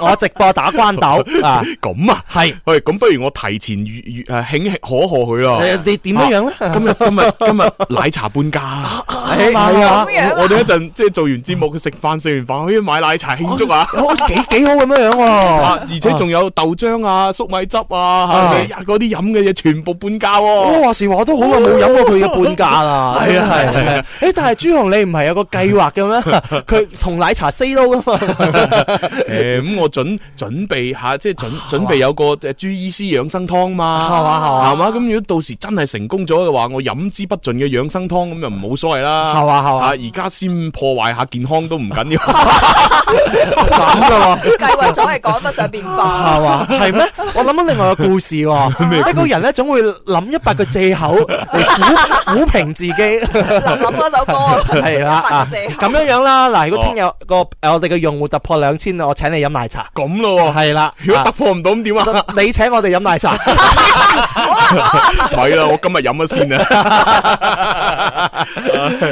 我直播打關斗啊，咁啊，系喂，咁不如我提前預預誒慶慶可賀佢啦誒。你點樣樣咧啊今日今日今日奶茶半 價，係嘛啊咁樣啊！我我哋一陣即係做完節目，佢食飯食完飯可以買奶茶慶祝啊！哦幾 幾好咁樣樣啊！喎，而且仲有豆漿啊、粟米汁啊，係咪嗰啲飲嘅嘢全部半價我啊喎。話時話都好耐冇飲過佢嘅半 價啦，係啊係啊係係啊。誒，但係朱紅你唔係有個計劃 嘅咩？佢同奶茶 say no 噶嘛？誒咁我準準備下，即係準準備有個誒朱醫師養生湯嘛，係嘛係嘛係嘛？咁如果到時真係成功咗嘅話，我飲之不盡嘅養生湯咁就唔冇所謂啦。係嘛係嘛啊而家先破壞下健康都唔緊要。 咁噶喎。計劃咗係趕不上變化。係嘛？係啊咩？我諗緊另外個故 事喎。一個人咧總會諗一百個借口嚟 苦苦評自己。諗諗嗰首歌啊係啦，一百啊個借口咁樣樣啦。嗱，如果哦聽日個誒我哋嘅用戶突破兩千，我請你飲奶茶。咁咯，係啦。如果突破唔到咁點啊？你請我哋飲奶茶。咪啦， 我今日飲咗先啊！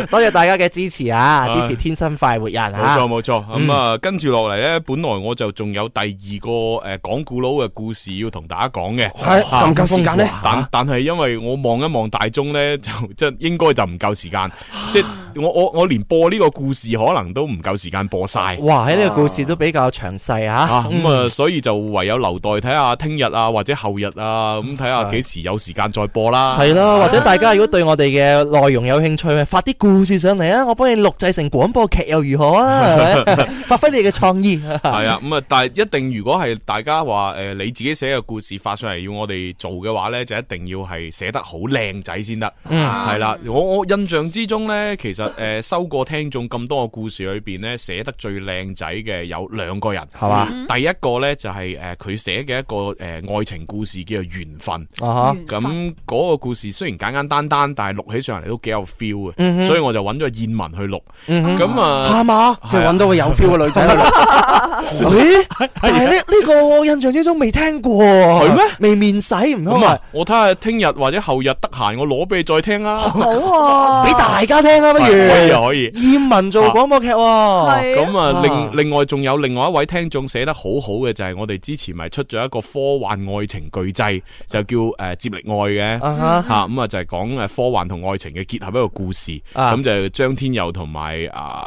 多謝大家嘅支持啊！支持天生快活人冇啊！錯冇錯，咁啊跟住落嚟咧，本來我就仲有第二個诶讲古佬嘅故事要同大家講嘅，係夠唔夠時間呢啊但但係因為我望一望大鐘咧，就 即係應該就唔夠時啊間，即係我我我連播呢個故事可能都唔夠時間播晒。嗯哇！喺呢個故事都比較詳細啊啊，。咁啊，所以就唯有留待睇下聽日啊，或者後日啊，咁睇下幾時有時間再播啦。啊系啦，或者大家如果對我哋嘅內容有興趣，咪發啲故事上嚟啊！我幫你錄製成廣播劇又如何啊？ 係咪發揮你嘅創意。 系啊，咁啊，但系一定如果係大家話诶、呃你自己寫嘅故事發上嚟要我哋做嘅話呢，就一定要係寫得好靚仔先得。嗯係啦、我我印象之中呢，其實诶、呃收過聽眾咁多個故事裏边呢，寫得最靚仔嘅有兩個人，系嘛第一個呢，就係诶佢寫嘅一個诶、呃、爱情故事叫做緣分。 啊哈咁嗰個故事雖然簡簡單單，但係錄起上嚟都幾有 feel 嘅，嗯哼所以我就揾咗燕文去錄。嗯咁啊，係嘛即係揾到個有 feel 嘅女仔去錄。啊 咦？但係呢呢個我印象之中未聽過，係咩？未面洗唔通咁啊啊？，我睇下聽日或者後日得閒，我攞俾你再聽啊啦。啊好 俾大家聽啦，啊不如可以可以啊燕文做廣播劇喎。咁啊，另另外仲有另外一位聽眾寫得好好嘅，就係我哋之前咪出咗一個科幻愛情巨製，就叫誒接力愛嘅啊哈嚇，咁啊就係講誒科幻同愛情嘅結合一個故事，啊咁就張天佑同埋啊。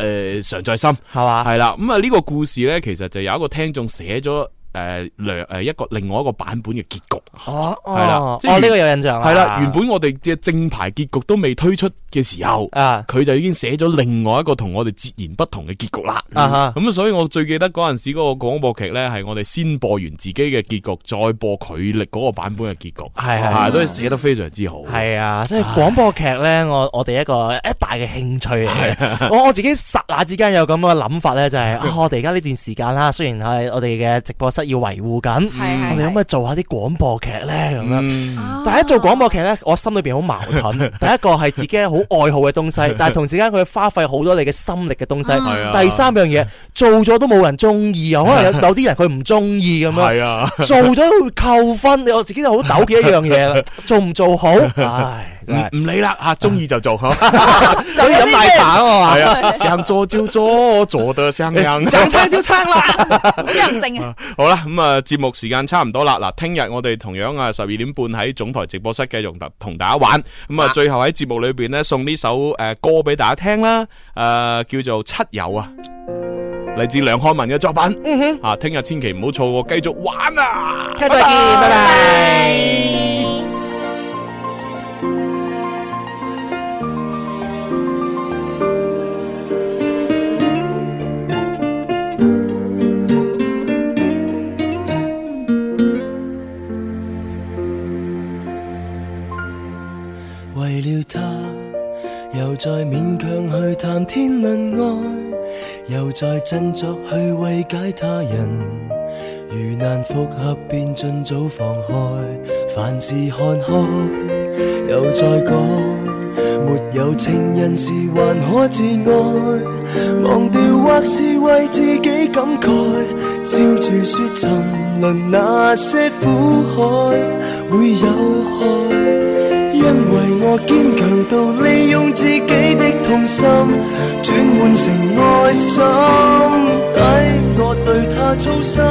誒常在心係嘛係啦，咁啊呢個故事咧，其實就有一個聽眾寫咗誒兩誒一個另外一個版本嘅結局，哦，係啦哦，哦呢個有印象啦。係啦，原本我哋嘅正牌結局都未推出嘅時候，啊，佢就已經寫咗另外一個同我哋截然不同嘅結局啦。啊哈咁所以我最記得嗰陣時嗰個廣播劇呢，係我哋先播完自己嘅結局，再播佢力嗰個版本嘅結局，係係啊都係寫得非常之好。係啊，即係廣播劇咧，我我哋一個一大嘅興趣嚟嘅。我我啊自己剎那之間有咁嘅諗法咧，就係啊，我哋而家呢段時間啦，雖然係我哋嘅直播室要維護緊。係我哋可唔可以做下啲廣播劇呢？咁啊嗯樣，但係一做廣播劇呢，我心裏邊好矛 盾。第一個係自己好愛好嘅東西，但係同時間佢花費好多你嘅心力嘅東嗯係西。啊第三樣嘢做咗都冇人中意啊，可 能有有啲人佢唔中意咁樣。係啊做咗會扣分，我自己就好糾結一樣嘢 啦，做唔做好？啊唉，唔 唔理啦吓，中意就 做好。 就飲奶茶啊嘛系 啊，想做就做，做得相當。想撐就撐啦。任性啊！好啦，咁啊，節目時間差唔多啦。嗱，聽日我哋同樣啊十二點半喺總台直播室繼續同同大家玩。咁啊，最後喺節目裏邊呢，送呢首诶歌俾大家聽啦。诶，叫做《七友》啊，嚟自梁漢文嘅作品。嗯啊，聽日千祈唔好錯過，繼續玩啊！聽日再見拜拜為了他，又再勉強去談天論愛，又再振作去慰解他人。如難復合，便盡早放開，凡事看開，又再講，沒有情人時還可自愛，忘掉或是為自己感慨，笑住說沉淪那些苦海會有害。因為我堅強到利用自己的痛心，轉換成愛心。抵我對他操心，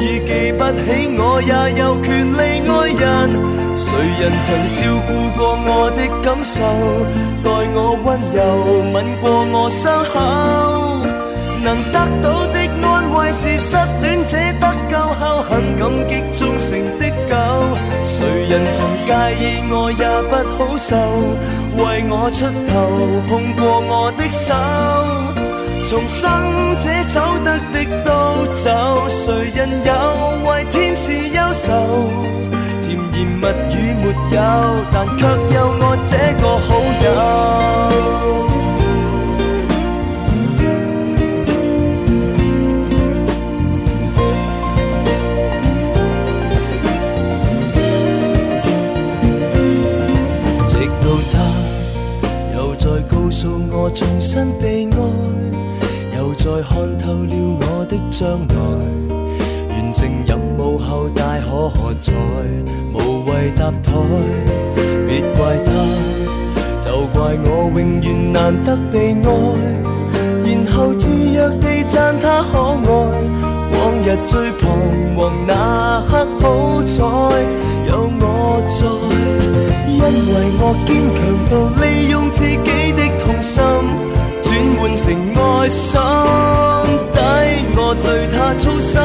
已記不起我也有權利愛人。誰人曾照顧過我的感受，待我温柔吻過我傷口？能得到的安慰是失戀者得救後很感激忠誠的狗。誰人曾介意我也不好受，為我出頭碰過我的手。重生者走得的都走，誰人有為天使憂愁？甜言蜜語沒有，但卻有我這個好友。直到他又再告訴我重新被愛，又再看透了我的將來，完成任務後大可喝彩，無謂搭台，別怪他，就怪我永遠難得被愛。然後自虐地讚他可愛。往日最彷徨那刻好彩有我在，因為我堅強到利用自己的痛心轉換成愛心，抵我對他操心，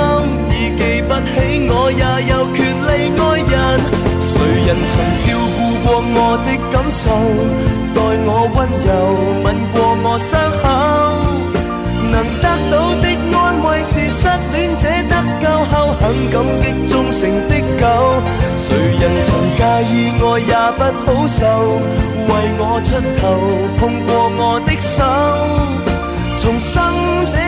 已記不起我也有權利愛人。誰人曾照顧過我的感受，待我温柔吻過我傷口？能得到的安慰是失戀者得救後很感激忠誠的狗。誰人曾介意我也不好受，為我出頭碰過我的手。重生者